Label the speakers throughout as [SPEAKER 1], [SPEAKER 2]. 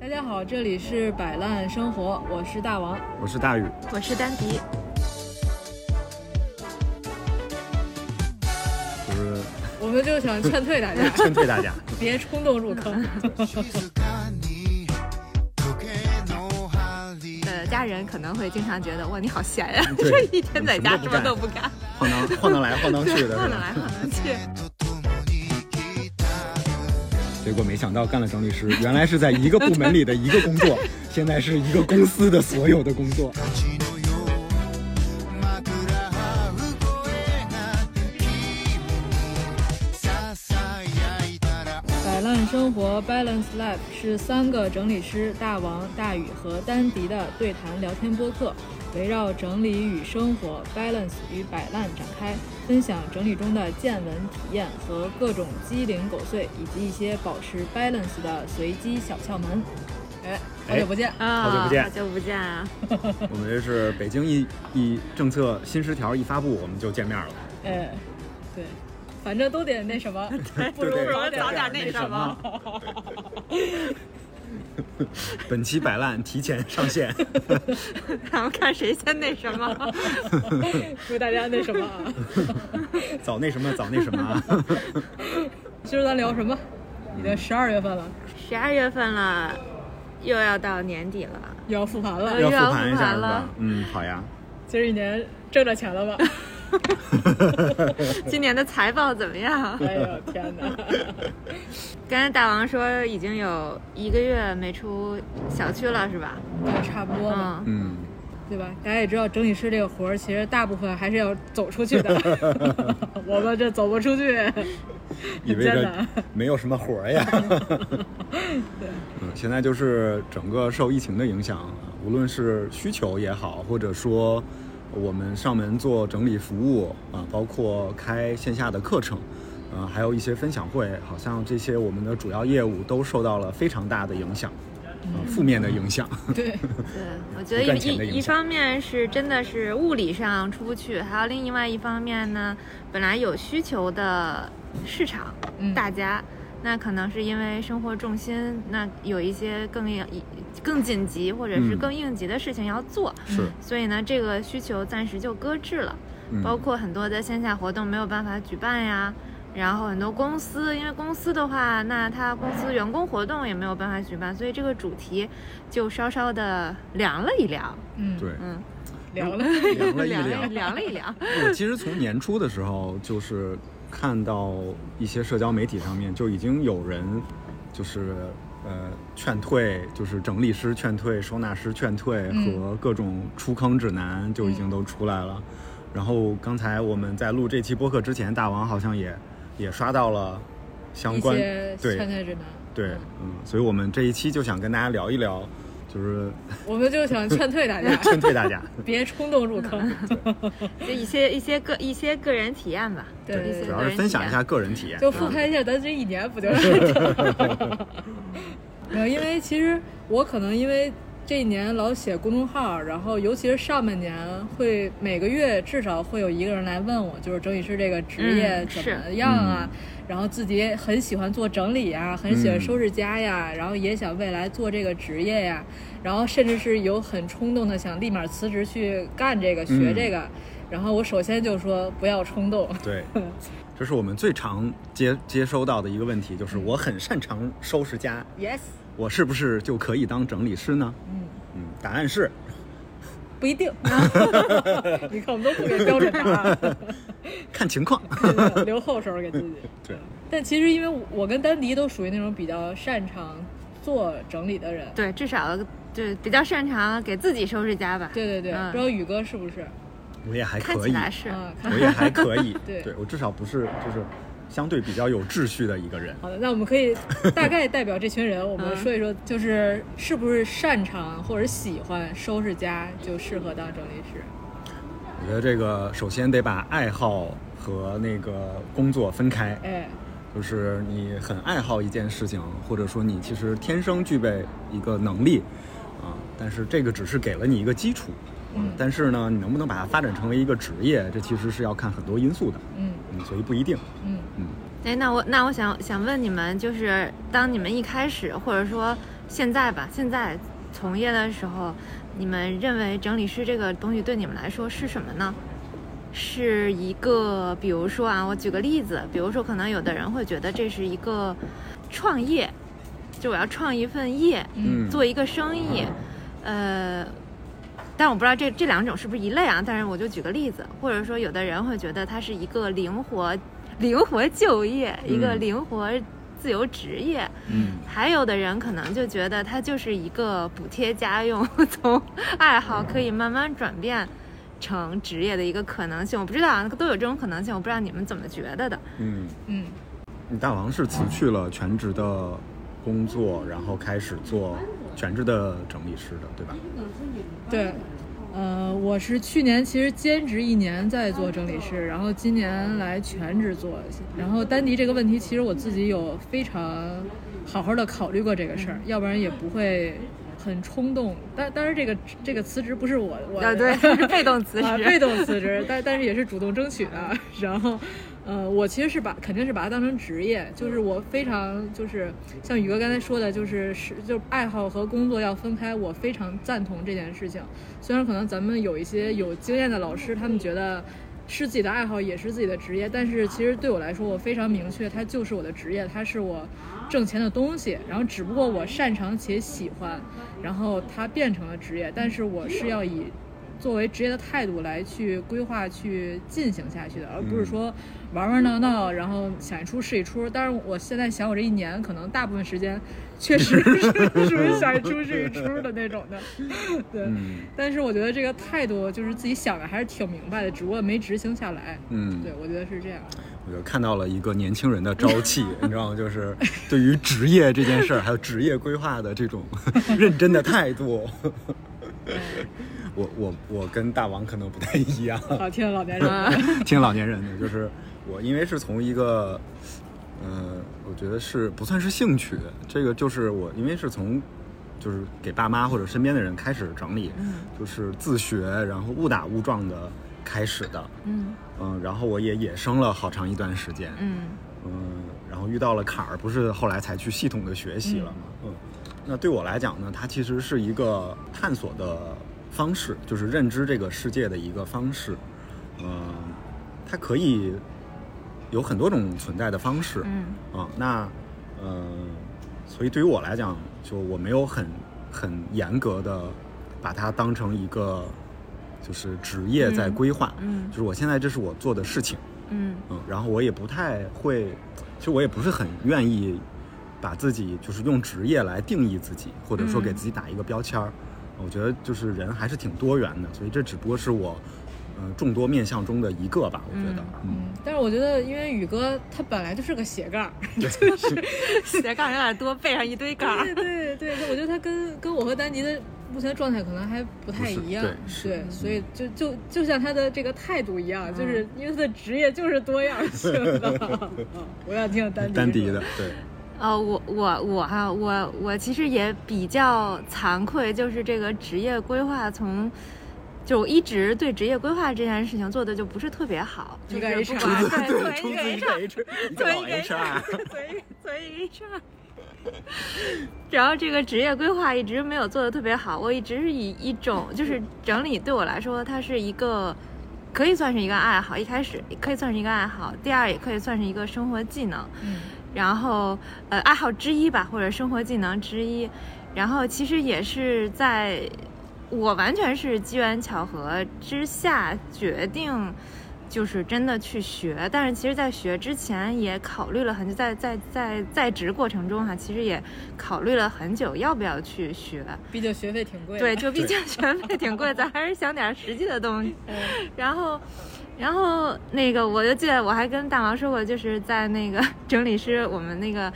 [SPEAKER 1] 大家好，这里是摆烂生活，我是大王。
[SPEAKER 2] 我是大宇，
[SPEAKER 3] 我是丹迪，
[SPEAKER 2] 就是，
[SPEAKER 1] 我们就想劝退大家
[SPEAKER 2] 劝退大家，
[SPEAKER 1] 别冲动入坑。
[SPEAKER 4] 静かに時計の針
[SPEAKER 3] 的呃家人可能会经常觉得哇，你好闲呀、
[SPEAKER 2] 对
[SPEAKER 3] 一天在家
[SPEAKER 2] 什
[SPEAKER 3] 什
[SPEAKER 2] 么
[SPEAKER 3] 么
[SPEAKER 2] 都
[SPEAKER 3] 都
[SPEAKER 2] 不
[SPEAKER 3] 不干，
[SPEAKER 2] 晃荡晃荡来晃荡去
[SPEAKER 3] 对，
[SPEAKER 2] 的
[SPEAKER 3] 晃
[SPEAKER 2] 是
[SPEAKER 3] 得
[SPEAKER 2] 吧？
[SPEAKER 3] 来晃得去。
[SPEAKER 4] とともに来た
[SPEAKER 2] 结果没想到干了整理师，原来是在一个部门里的一个工 作，现在是一个公司的所有的工作。
[SPEAKER 4] たちのよう枕はう声が君にささやいたら
[SPEAKER 1] 摆烂生活 （Balance Life） 是三个整理师大王、大宇和丹迪的对谈聊天播客，围绕整理与生活 （Balance 与摆烂）展开，分享整理中的见闻体验和各种鸡零狗碎，以及一些保持 Balance 的随机小窍门。哎，好久不见，
[SPEAKER 3] 啊
[SPEAKER 2] 好久不见
[SPEAKER 3] 好久不见啊！
[SPEAKER 2] 我们这是北京一一政策新十条一发布，我们就见面了。
[SPEAKER 1] 哎，对，反正都得那什么，不
[SPEAKER 2] 对
[SPEAKER 1] 如
[SPEAKER 2] 对
[SPEAKER 3] 不
[SPEAKER 1] 早
[SPEAKER 3] 如
[SPEAKER 1] 点
[SPEAKER 3] 早点那什么。
[SPEAKER 2] 本期摆烂提前上线，
[SPEAKER 3] 咱们看谁先那什么。
[SPEAKER 1] 祝大家那什么啊？
[SPEAKER 2] 早那什么早那什么啊！
[SPEAKER 1] 今儿咱聊什么？已经十二月份了，
[SPEAKER 3] 十二月份了，又要到年底了，
[SPEAKER 1] 啊又要复盘
[SPEAKER 3] 哎
[SPEAKER 1] 了。
[SPEAKER 2] 要
[SPEAKER 3] 呀
[SPEAKER 2] 复盘一下
[SPEAKER 3] 复盘
[SPEAKER 2] 是吧
[SPEAKER 3] 了？
[SPEAKER 2] 嗯，好呀。
[SPEAKER 1] 今儿一年挣着钱了 吧？
[SPEAKER 3] 今年的财报怎么样？
[SPEAKER 1] 哎呦天 哪！
[SPEAKER 3] 刚才大王说已经有一个月没出小区了，是吧？
[SPEAKER 1] 那差不多吧，
[SPEAKER 3] 嗯，
[SPEAKER 2] 嗯，
[SPEAKER 1] 对吧？大家也知道，整理师这个活儿，其实大部分还是要走出去的。 我们这走不出去，
[SPEAKER 2] 意味
[SPEAKER 1] 艰
[SPEAKER 2] 着
[SPEAKER 1] 难。
[SPEAKER 2] 没有什么活儿呀。嗯，现在就是整个受疫情的影响，无论是需求也好，或者说我们上门做整理服务啊，包括开线下的课程，啊，还有一些分享会，好像这些我们的主要业务都受到了非常大的影响，啊，负面的影响。
[SPEAKER 1] 对，
[SPEAKER 3] 对，我觉得
[SPEAKER 2] 嗯不赚钱的影
[SPEAKER 3] 一一
[SPEAKER 2] 响
[SPEAKER 3] 一方面是真的是物理上出不去，还有另外一方面呢，本来有需求的市场，
[SPEAKER 1] 嗯
[SPEAKER 3] 大家那可能是因为生活重心，那有一些更应更紧急或者是
[SPEAKER 2] 嗯
[SPEAKER 3] 更应急的事情要做，
[SPEAKER 2] 是，
[SPEAKER 3] 所以呢，这个需求暂时就搁置了。
[SPEAKER 2] 嗯，
[SPEAKER 3] 嗯包括很多的线下活动没有办法举办呀，然后很多公司，因为公司的话，那它公司员工活动也没有办法举办，所以这个主题就稍稍的凉了一凉，
[SPEAKER 1] 嗯，
[SPEAKER 2] 对，
[SPEAKER 3] 嗯，
[SPEAKER 1] 聊了，
[SPEAKER 2] 凉了一
[SPEAKER 3] 凉了
[SPEAKER 2] 凉
[SPEAKER 3] 一。凉了一凉，
[SPEAKER 2] 我其实从年初的时候，就是看到一些社交媒体上面就已经有人，就是呃劝退，就是整理师劝退、收纳师劝退
[SPEAKER 1] 嗯
[SPEAKER 2] 和各种出坑指南就已经都出来了。然后刚才我们在录这期播客之前，大王好像也也刷到了相
[SPEAKER 1] 一
[SPEAKER 2] 关
[SPEAKER 1] 些劝
[SPEAKER 2] 对
[SPEAKER 1] 退指南。
[SPEAKER 2] 对嗯，所以我们这一期就想跟大家聊一聊，就是
[SPEAKER 1] 我们就想劝退大 家，
[SPEAKER 2] 劝退 大家。
[SPEAKER 1] 别冲动入坑。
[SPEAKER 3] 就一些一些个一些个人体验吧，
[SPEAKER 1] 对
[SPEAKER 3] 一些
[SPEAKER 2] 主
[SPEAKER 3] 个
[SPEAKER 2] 要是
[SPEAKER 3] 人
[SPEAKER 2] 分享
[SPEAKER 3] 体
[SPEAKER 2] 一
[SPEAKER 3] 验
[SPEAKER 2] 下个人体验，
[SPEAKER 1] 啊就复盘一下咱这一年不就是 没有，因为其实我可能因为这一年老写公众号，然后尤其是上半年会每个月至少会有一个人来问我，就是整理师这个职业
[SPEAKER 3] 嗯
[SPEAKER 1] 怎
[SPEAKER 3] 是
[SPEAKER 1] 么样啊，然后自己也很喜欢做整理呀、很喜欢收拾家呀，然后也想未来做这个职业呀，然后甚至是有很冲动的想立马辞职去干这个学
[SPEAKER 2] 嗯
[SPEAKER 1] 这个，然后我首先就说不要冲动，
[SPEAKER 2] 对，
[SPEAKER 3] 嗯
[SPEAKER 2] 这是我们最常接接收到的一个问题，就是我很擅长收拾家，
[SPEAKER 1] ，yes，
[SPEAKER 2] 我是不是就可以当整理师呢？
[SPEAKER 1] 嗯。
[SPEAKER 2] 嗯，答案是
[SPEAKER 1] 不一定。你看，我们都不给标准答案，
[SPEAKER 2] 看情况。
[SPEAKER 1] 留后手给自己。
[SPEAKER 2] 对，
[SPEAKER 1] 但其实，因为我跟丹迪都属于那种比较擅长做整理的人。
[SPEAKER 3] 对，至少对比较擅长给自己收拾家吧，
[SPEAKER 1] 对对对，
[SPEAKER 3] 嗯
[SPEAKER 1] 不知道宇哥是不是？
[SPEAKER 2] 我也还
[SPEAKER 3] 看
[SPEAKER 2] 可
[SPEAKER 3] 起
[SPEAKER 2] 以，
[SPEAKER 3] 来是，
[SPEAKER 1] 啊，看
[SPEAKER 2] 我也还可 以。
[SPEAKER 1] 对
[SPEAKER 2] 我至少不是就是相对比较有秩序的一个人。
[SPEAKER 1] 好的，那我们可以大概代表这群人，我们
[SPEAKER 3] 嗯
[SPEAKER 1] 说一说，就是是不是擅长或者喜欢收拾家，就适合当整理师。
[SPEAKER 2] 我觉得这个首先得把爱好和那个工作分开。
[SPEAKER 1] 哎，
[SPEAKER 2] 就是你很爱好一件事情，或者说你其实天生具备一个能力，啊，但是这个只是给了你一个基础，
[SPEAKER 1] 嗯
[SPEAKER 2] 但是呢，你能不能把它发展成为一个职业，这其实是要看很多因素的，
[SPEAKER 1] 嗯
[SPEAKER 2] 嗯，所以不一定，
[SPEAKER 1] 嗯
[SPEAKER 2] 嗯，
[SPEAKER 3] 哎，那我那我想想问你们，就是当你们一开始，或者说现在吧，现在从业的时候，你们认为整理师这个东西对你们来说是什么呢？是一个，比如说啊，我举个例子，比如说可能有的人会觉得这是一个创业，就我要创一份业，
[SPEAKER 2] 嗯，
[SPEAKER 3] 做一个生意，呃，但我不知道这这两种是不是一类啊？但是我就举个例子，或者说有的人会觉得它是一个灵活、灵活就业，一个
[SPEAKER 2] 嗯
[SPEAKER 3] 灵活自由职业，
[SPEAKER 2] 嗯
[SPEAKER 3] 还有的人可能就觉得它就是一个补贴家用， 从爱好可以慢慢转变成职业的一个可能性。我不知道啊，都有这种可能性，我不知道你们怎么觉得的。
[SPEAKER 2] 嗯，
[SPEAKER 1] 嗯，
[SPEAKER 2] 你大王是辞去了全职的工作，然后开始做全职的整理师的，对吧？
[SPEAKER 1] 对，呃，我是去年其实兼职一年在做整理师，然后今年来全职做。然后丹迪这个问题，其实我自己有非常好好的考虑过这个事
[SPEAKER 3] 嗯
[SPEAKER 1] 儿，要不然也不会很冲动。但当然，这个这个辞职不是我我
[SPEAKER 3] 啊，对， 是被动辞
[SPEAKER 1] 啊，
[SPEAKER 3] 职，
[SPEAKER 1] 被动辞职，但但是也是主动争取的。然后，呃，我其实是把肯定是把它当成职业，就是我非常就是像宇哥刚才说的，就是是就是爱好和工作要分开，我非常赞同这件事情。虽然可能咱们有一些有经验的老师，他们觉得。是自己的爱好，也是自己的职业，但是其实对我来说，我非常明确，它就是我的职业，它是我挣钱的东西。然后，只不过我擅长且喜欢，然后它变成了职业，但是我是要以作为职业的态度来去规划、去进行下去的，而不是
[SPEAKER 2] 嗯
[SPEAKER 1] 说玩玩闹闹，然后想一出是一出。当然，我现在想我这一年，可能大部分时间确实是 属于想一出是一出的那种的，对。
[SPEAKER 2] 嗯
[SPEAKER 1] 但是我觉得这个态度就是自己想的还是挺明白的，只不过没执行下来。
[SPEAKER 2] 嗯，
[SPEAKER 1] 对，我觉得是这样。
[SPEAKER 2] 我就看到了一个年轻人的朝气，你知道吗？就是对于职业这件事儿，还有职业规划的这种认真的态度。我我我跟大王可能不太一样，
[SPEAKER 1] 好，听老 嗯年人，
[SPEAKER 2] 听老年人的，就是我因为是从一个，呃，我觉得是不算是兴趣，这个就是我因为是从就是给爸妈或者身边的人开始整理，就是自学，然后误打误撞的开始的，
[SPEAKER 3] 嗯
[SPEAKER 2] 嗯，然后我也野生了好长一段时间，
[SPEAKER 3] 嗯
[SPEAKER 2] 嗯，然后遇到了坎儿，不是后来才去系统的学习了嘛。嗯，那对我来讲呢，它其实是一个探索的方式，就是认知这个世界的一个方式。嗯，它可以有很多种存在的方式。
[SPEAKER 3] 嗯
[SPEAKER 2] 啊，那呃，所以对于我来讲，就我没有很很严格的把它当成一个就是职业在
[SPEAKER 3] 嗯
[SPEAKER 2] 规划，
[SPEAKER 3] 嗯
[SPEAKER 2] 就是我现在这是我做的事情。
[SPEAKER 3] 嗯
[SPEAKER 2] 嗯，然后我也不太会，其实我也不是很愿意把自己就是用职业来定义自己，或者说给
[SPEAKER 3] 嗯
[SPEAKER 2] 自己打一个标签儿。我觉得就是人还是挺多元的，所以这只不过是我，呃，众多面相中的一个吧。我觉得， 嗯，
[SPEAKER 1] 嗯，但是我觉得，因为宇哥他本来就是个斜杠儿，
[SPEAKER 3] 斜杠有点多，背上一堆杠儿。
[SPEAKER 1] 对对对，我觉得他跟跟我和丹尼的目前状态可能还不太一样，
[SPEAKER 2] 不是嗯对是
[SPEAKER 1] 所以就就就像他的这个态度一样，就是因为他的职业就是多样性的。 嗯我想听丹迪
[SPEAKER 2] 丹迪
[SPEAKER 1] 说
[SPEAKER 2] 的，，对，
[SPEAKER 3] 呃，我我我哈，我我其实也比较惭愧，就是这个职业规划从。就我一直对职业规划这件事情做的就不是特别好，
[SPEAKER 1] 一
[SPEAKER 3] 就
[SPEAKER 1] 个
[SPEAKER 3] 是
[SPEAKER 1] HR
[SPEAKER 3] 不管对
[SPEAKER 2] 对，
[SPEAKER 3] 对
[SPEAKER 2] 冲刺一个 H，
[SPEAKER 3] 对
[SPEAKER 2] 一 个老 HR，
[SPEAKER 3] 所以所以这样。然后这个职业规划一直没有做的特别好，我一直是以一种就是整理对我来说，它是一个可以算是一个爱好，一开始也可以算是一个爱好，第二也可以算是一个生活技能，
[SPEAKER 1] 嗯
[SPEAKER 3] 然后呃爱好之一吧，或者生活技能之一，然后其实也是在我完全是机缘巧合之下决定，就是真的去学。但是其实，在学之前也考虑了很久，在在在在职过程中哈、其实也考虑了很久要不要去学。
[SPEAKER 1] 毕竟学费挺贵的，
[SPEAKER 3] 对，就毕竟学费挺贵，咱还是想点实际的东西。
[SPEAKER 1] 嗯
[SPEAKER 3] 然后，然后那个我就记得我还跟大王说过，就是在那个 整理师我们那个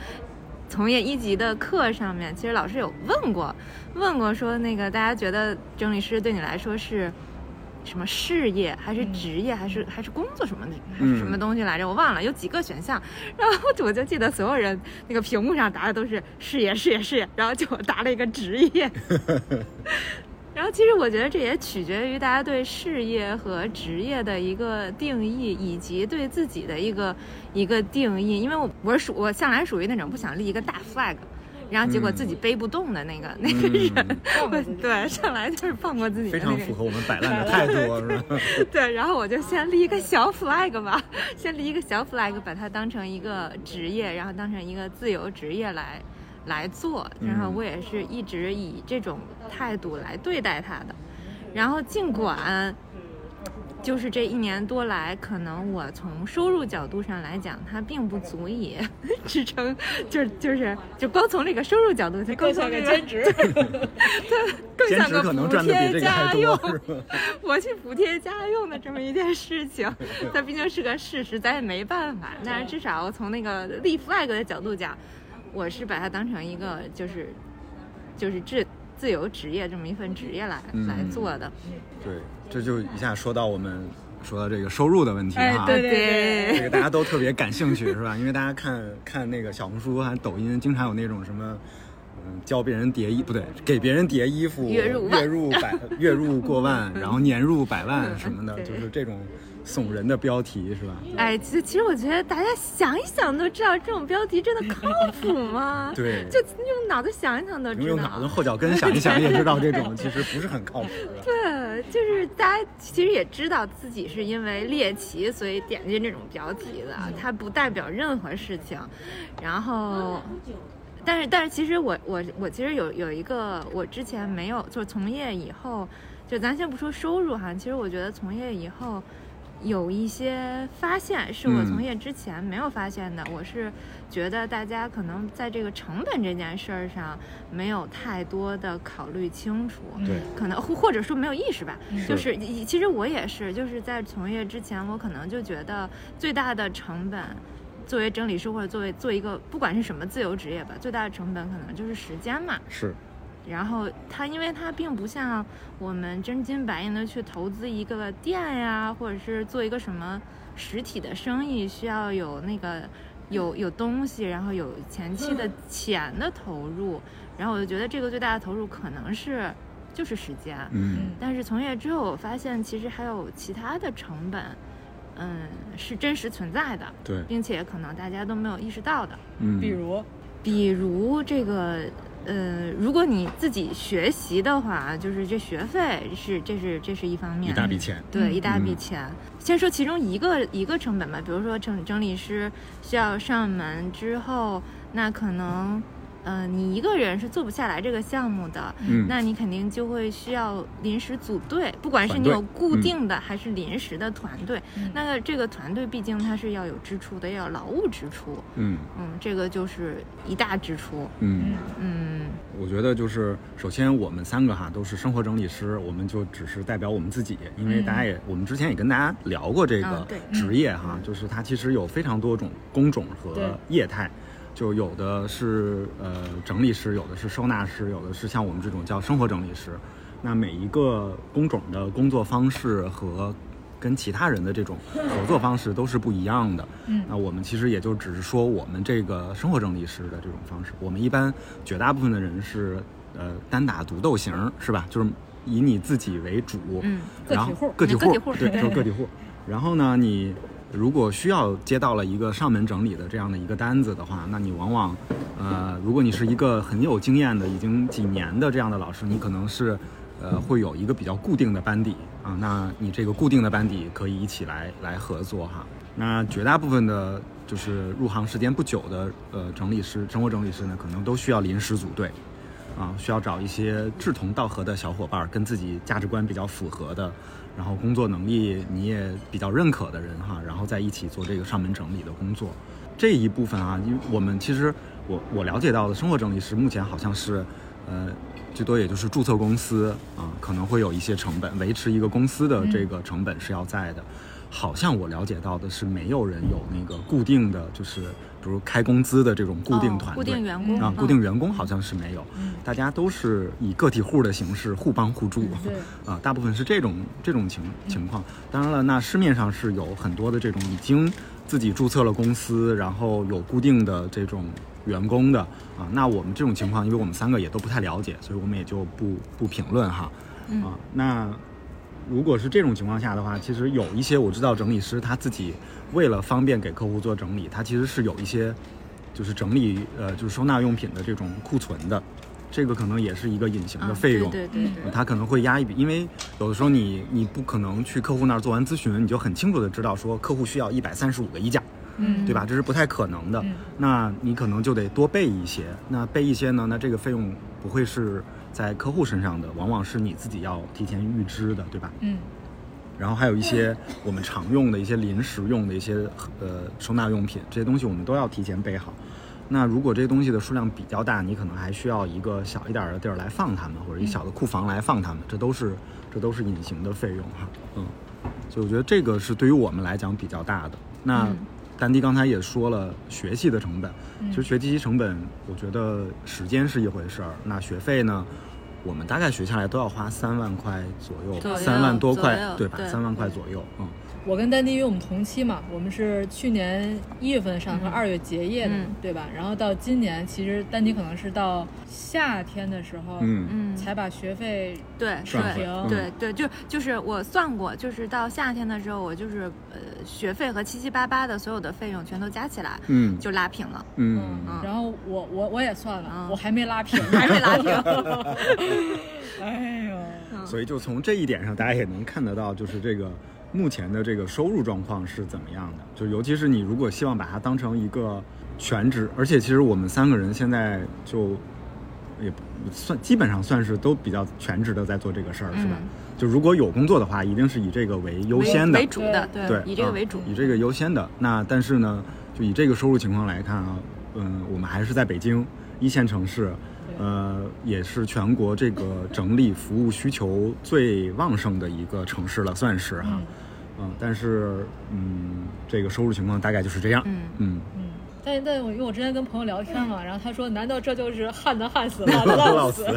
[SPEAKER 3] 从业一级的课上面，其实老师有问过，问过说那个大家觉得整理师对你来说是。什么事业还是
[SPEAKER 1] 嗯
[SPEAKER 3] 职业还是还是工作什么的，还是什么东西来着？我忘了，有几个选项。然后我就记得所有人那个屏幕上答的都是事业事业事业，然后就我答了一个职业。然后其实我觉得这也取决于大家对事业和职业的一个定义，以及对自己的一个一个定义。因为我我属我向来属于那种不想立一个大 flag，然后结果自己背不动的那个、那个
[SPEAKER 2] 嗯，
[SPEAKER 1] 放过自
[SPEAKER 3] 人，
[SPEAKER 1] 己
[SPEAKER 3] 对，上来就是放过自己的
[SPEAKER 2] 非
[SPEAKER 3] 那
[SPEAKER 2] 常
[SPEAKER 3] 个
[SPEAKER 2] 符
[SPEAKER 3] 人。
[SPEAKER 2] 合我们摆烂的态度，是 吧？
[SPEAKER 3] 对，然后我就先立一个小 flag 吧，先立一个小 flag，把它当成一个职业，然后当成一个自由职业来来做。然后
[SPEAKER 2] 嗯
[SPEAKER 3] 我也是一直以这种态度来对待它的。然后尽管就是这一年多来，可能我从收入角度上来讲，它并不足以 支撑，就是就是就光从这个收入角度，它
[SPEAKER 1] 更
[SPEAKER 3] 光从
[SPEAKER 1] 像
[SPEAKER 3] 这
[SPEAKER 1] 个
[SPEAKER 3] 个
[SPEAKER 1] 兼职，
[SPEAKER 3] 更
[SPEAKER 2] 兼
[SPEAKER 3] 像
[SPEAKER 2] 职
[SPEAKER 3] 个
[SPEAKER 2] 可能
[SPEAKER 3] 补
[SPEAKER 2] 赚的比
[SPEAKER 3] 贴
[SPEAKER 2] 这个还
[SPEAKER 3] 家用
[SPEAKER 2] 多，。是吧？
[SPEAKER 3] 我去补贴家用的这么一件事情，它毕竟是个事实，咱也没办法。但是至少从那个立 flag 的角度讲，我是把它当成一个就是就是自自由职业这么一份职业来、
[SPEAKER 2] 嗯
[SPEAKER 3] 来做的。
[SPEAKER 2] 对，这就一下说到我们说到这个收入的问题
[SPEAKER 1] 哎
[SPEAKER 2] 哈，，
[SPEAKER 1] 对对对，
[SPEAKER 2] 这个大家都特别感兴趣，是吧？因为大家看看那个小红书还抖音，经常有那种什么。嗯，教别人叠衣不对，给别人叠衣服，
[SPEAKER 3] 月
[SPEAKER 2] 月
[SPEAKER 3] 入万嗯
[SPEAKER 2] 入百月入过万，然后年入百万什么的，
[SPEAKER 3] 对
[SPEAKER 2] 就是这种耸人的标题，是吧？？
[SPEAKER 3] 哎，其实其实我觉得大家想一想都知道，这种标题真的靠谱 吗
[SPEAKER 2] 对
[SPEAKER 3] 就用脑子想一想都知道。啊
[SPEAKER 2] 用脑子后脚跟想一想也知道，这种其实不是很靠谱。是吧
[SPEAKER 3] 对，就是大家其实也知道自己是因为猎奇，所以点进这种标题的，它不代表任何事情。然后，但是但是其实我我我其实有有一个我之前没有，就是从业以后，就咱先不说收入哈，其实我觉得从业以后。有一些发现是我
[SPEAKER 2] 嗯
[SPEAKER 3] 从业之前没有发现的，我是觉得大家可能在这个成本这件事儿上没有太多的考虑清楚。
[SPEAKER 2] 对，
[SPEAKER 3] 可能或或者说没有意识吧，
[SPEAKER 1] 嗯
[SPEAKER 3] 就是是以其实我也是，就是在从业之前，我可能就觉得最大的成本，作为整理师或者作为做一个不管是什么自由职业吧，最大的成本可能就是时间嘛。
[SPEAKER 2] 是，
[SPEAKER 3] 然后它因为它并不像我们真金白银的去投资一个店呀，或者是做一个什么实体的生意，需要有那个有有东西，然后有前期的钱的投入。然后我就觉得这个最大的投入可能是就是时间。
[SPEAKER 2] 嗯
[SPEAKER 3] 但是从业之后，我发现其实还有其他的成本，嗯，是真实存在的，
[SPEAKER 2] 对，
[SPEAKER 3] 并且可能大家都没有意识到的。
[SPEAKER 2] 嗯，
[SPEAKER 1] 比如
[SPEAKER 3] 比如这个，呃，如果你自己学习的话，就是这学费是这是这是一方
[SPEAKER 2] 一
[SPEAKER 3] 面，
[SPEAKER 2] 大笔钱，
[SPEAKER 3] 对，
[SPEAKER 1] 嗯
[SPEAKER 3] 一大笔
[SPEAKER 2] 嗯
[SPEAKER 3] 钱。先说其中一个一个成本吧，比如说整整理师需要上门之后，那可能，呃，你一个人是做不下来这个项目的，
[SPEAKER 2] 嗯，
[SPEAKER 3] 那你肯定就会需要临时组队，不管是
[SPEAKER 2] 团
[SPEAKER 3] 你
[SPEAKER 2] 队
[SPEAKER 3] 有固
[SPEAKER 2] 嗯
[SPEAKER 3] 定的还是临时的团队，
[SPEAKER 1] 嗯
[SPEAKER 3] 那这个团队毕竟它是要有支出的，要有劳务支出，
[SPEAKER 2] 嗯
[SPEAKER 3] 嗯，这个就是一大支出，
[SPEAKER 2] 嗯。
[SPEAKER 3] 嗯，
[SPEAKER 2] 我觉得就是，首先我们三个哈都是生活整理师，我们就只是代表我们自己，因为大家也，我们之前也跟大家聊过这
[SPEAKER 3] 嗯
[SPEAKER 2] 个
[SPEAKER 3] 对
[SPEAKER 2] 职业哈，就是它其实有非常多种工种
[SPEAKER 1] 对
[SPEAKER 2] 和业态，就有的是呃整理师，有的是收纳师，有的是像我们这种叫生活整理师。那每一个工种的工作方式和跟其他人的这种合作方式都是不一样的。
[SPEAKER 1] 嗯
[SPEAKER 2] 那我们其实也就只是说我们这个生活整理师的这种方式，我们一般绝大部分的人是呃单打独斗型儿，是吧？就是以你自己为主，
[SPEAKER 3] 嗯，
[SPEAKER 1] 个体
[SPEAKER 2] 然后
[SPEAKER 1] 户儿
[SPEAKER 2] 个体
[SPEAKER 3] 嗯
[SPEAKER 2] 户
[SPEAKER 3] 个体
[SPEAKER 2] 儿，
[SPEAKER 3] 户儿
[SPEAKER 2] 对，
[SPEAKER 3] 对
[SPEAKER 2] 就是个体户儿。然后呢，你如果需要接到了一个上门整理的这样的一个单子的话，那你往往，呃，如果你是一个很有经验的、已经几年的这样的老师，你可能是，呃，会有一个比较固定的班底啊。那你这个固定的班底可以一起来来合作哈。那绝大部分的，就是入行时间不久的，呃，整理师、生活整理师呢，可能都需要临时组队。啊，需要找一些志同道合的小伙伴儿，跟自己价值观比较符合的，然后工作能力你也比较认可的人哈，然后在一起做这个上门整理的工作。这一部分啊，因为我们其实我我了解到的生活整理师目前好像是，呃，最多也就是注册公司啊，可能会有一些成本，维持一个公司的这个成本是要在的。好像我了解到的是，没有人有那个固定的，就是比如开工资的这种固定
[SPEAKER 3] 哦
[SPEAKER 2] 团队，
[SPEAKER 3] 固定员工
[SPEAKER 2] 啊，固
[SPEAKER 3] 嗯
[SPEAKER 2] 定员工好像是没有，大家都是以个体户的形式互帮互
[SPEAKER 3] 嗯
[SPEAKER 2] 助，
[SPEAKER 1] 嗯对
[SPEAKER 2] 啊，大部分是这种这种情情况。当然了，那市面上是有很多的这种已经自己注册了公司，然后有固定的这种员工的啊。那我们这种情况，因为我们三个也都不太了解，所以我们也就不不评论哈。
[SPEAKER 3] 嗯
[SPEAKER 2] 啊，那如果是这种情况下的话，其实有一些我知道整理师他自己为了方便给客户做整理，他其实是有一些就是整理呃就是收纳用品的这种库存的，这个可能也是一个隐形的
[SPEAKER 3] 嗯
[SPEAKER 2] 费用。
[SPEAKER 3] 对对对对
[SPEAKER 2] 嗯他可能会压一笔，因为有的时候你你不可能去客户那儿做完咨询，你就很清楚的知道说客户需要一百三十五个衣架，
[SPEAKER 1] 嗯
[SPEAKER 2] 对吧？这是不太可能的。
[SPEAKER 1] 嗯
[SPEAKER 2] 那你可能就得多备一些。那备一些呢？那这个费用不会是在客户身上的，往往是你自己要提前预支的，对吧？
[SPEAKER 1] 嗯
[SPEAKER 2] 然后还有一些我们常用的一些临时用的一些呃收纳用品，这些东西我们都要提前备好。那如果这些东西的数量比较大，你可能还需要一个小一点儿的地儿来放它们，或者一小的库房来放它们，这都是这都是隐形的费用哈。嗯，所以我觉得这个是对于我们来讲比较大的。那
[SPEAKER 3] 嗯
[SPEAKER 2] 丹迪刚才也说了学习的成本，
[SPEAKER 1] 嗯
[SPEAKER 2] 其实学习成本，我觉得时间是一回事儿，那学费呢？我们大概学下来都要花三万块左
[SPEAKER 3] 左
[SPEAKER 2] 右，
[SPEAKER 3] 右
[SPEAKER 2] 三万多块
[SPEAKER 3] 左，右
[SPEAKER 2] 对吧？
[SPEAKER 3] 对
[SPEAKER 2] 三万块左右，嗯，
[SPEAKER 1] 我跟丹迪，因为我们同期嘛，我们是去年一月份上和
[SPEAKER 3] 嗯
[SPEAKER 1] 二月结业的，
[SPEAKER 3] 嗯
[SPEAKER 1] 对吧？然后到今年，其实丹迪可能是到夏天的时候，，
[SPEAKER 2] 嗯，
[SPEAKER 3] 嗯，
[SPEAKER 1] 才把学费，
[SPEAKER 3] 对
[SPEAKER 2] 赚
[SPEAKER 1] 回
[SPEAKER 3] 对
[SPEAKER 1] 来
[SPEAKER 3] 对对，就就是我算过，就是到夏天的时候，我就是呃学费和七七八八的所有的费用全都加起来
[SPEAKER 2] 嗯
[SPEAKER 3] 就拉平了，
[SPEAKER 2] 嗯
[SPEAKER 3] 嗯
[SPEAKER 1] 然后我我我也算了，
[SPEAKER 3] 啊
[SPEAKER 1] 我还没拉平，
[SPEAKER 3] 还是拉平。
[SPEAKER 1] 哎呦，
[SPEAKER 2] 嗯，所以就从这一点上，大家也能看得到，就是这个目前的这个收入状况是怎么样的。就尤其是你如果希望把它当成一个全职，而且其实我们三个人现在就也不算基本上算是都比较全职的在做这个事儿，是吧？
[SPEAKER 3] 嗯
[SPEAKER 2] 就如果有工作的话，一定是以这个为优
[SPEAKER 3] 为
[SPEAKER 2] 先的
[SPEAKER 3] 为主的，
[SPEAKER 2] 对，
[SPEAKER 3] 嗯以这个
[SPEAKER 2] 啊
[SPEAKER 3] 为主。
[SPEAKER 2] 以这个优先的。那但是呢，就以这个收入情况来看啊，嗯，我们还是在北京一线城市，呃，也是全国这个整理服务需求最旺盛的一个城市了，算是哈。
[SPEAKER 1] 嗯
[SPEAKER 2] 嗯但是嗯，这个收入情况大概就是这样。
[SPEAKER 3] 嗯
[SPEAKER 2] 嗯，
[SPEAKER 1] 嗯，但但我因为我之前跟朋友聊天嘛，然后他说，难道这就是旱的旱死，涝的涝
[SPEAKER 2] 老
[SPEAKER 1] 死？
[SPEAKER 2] 死，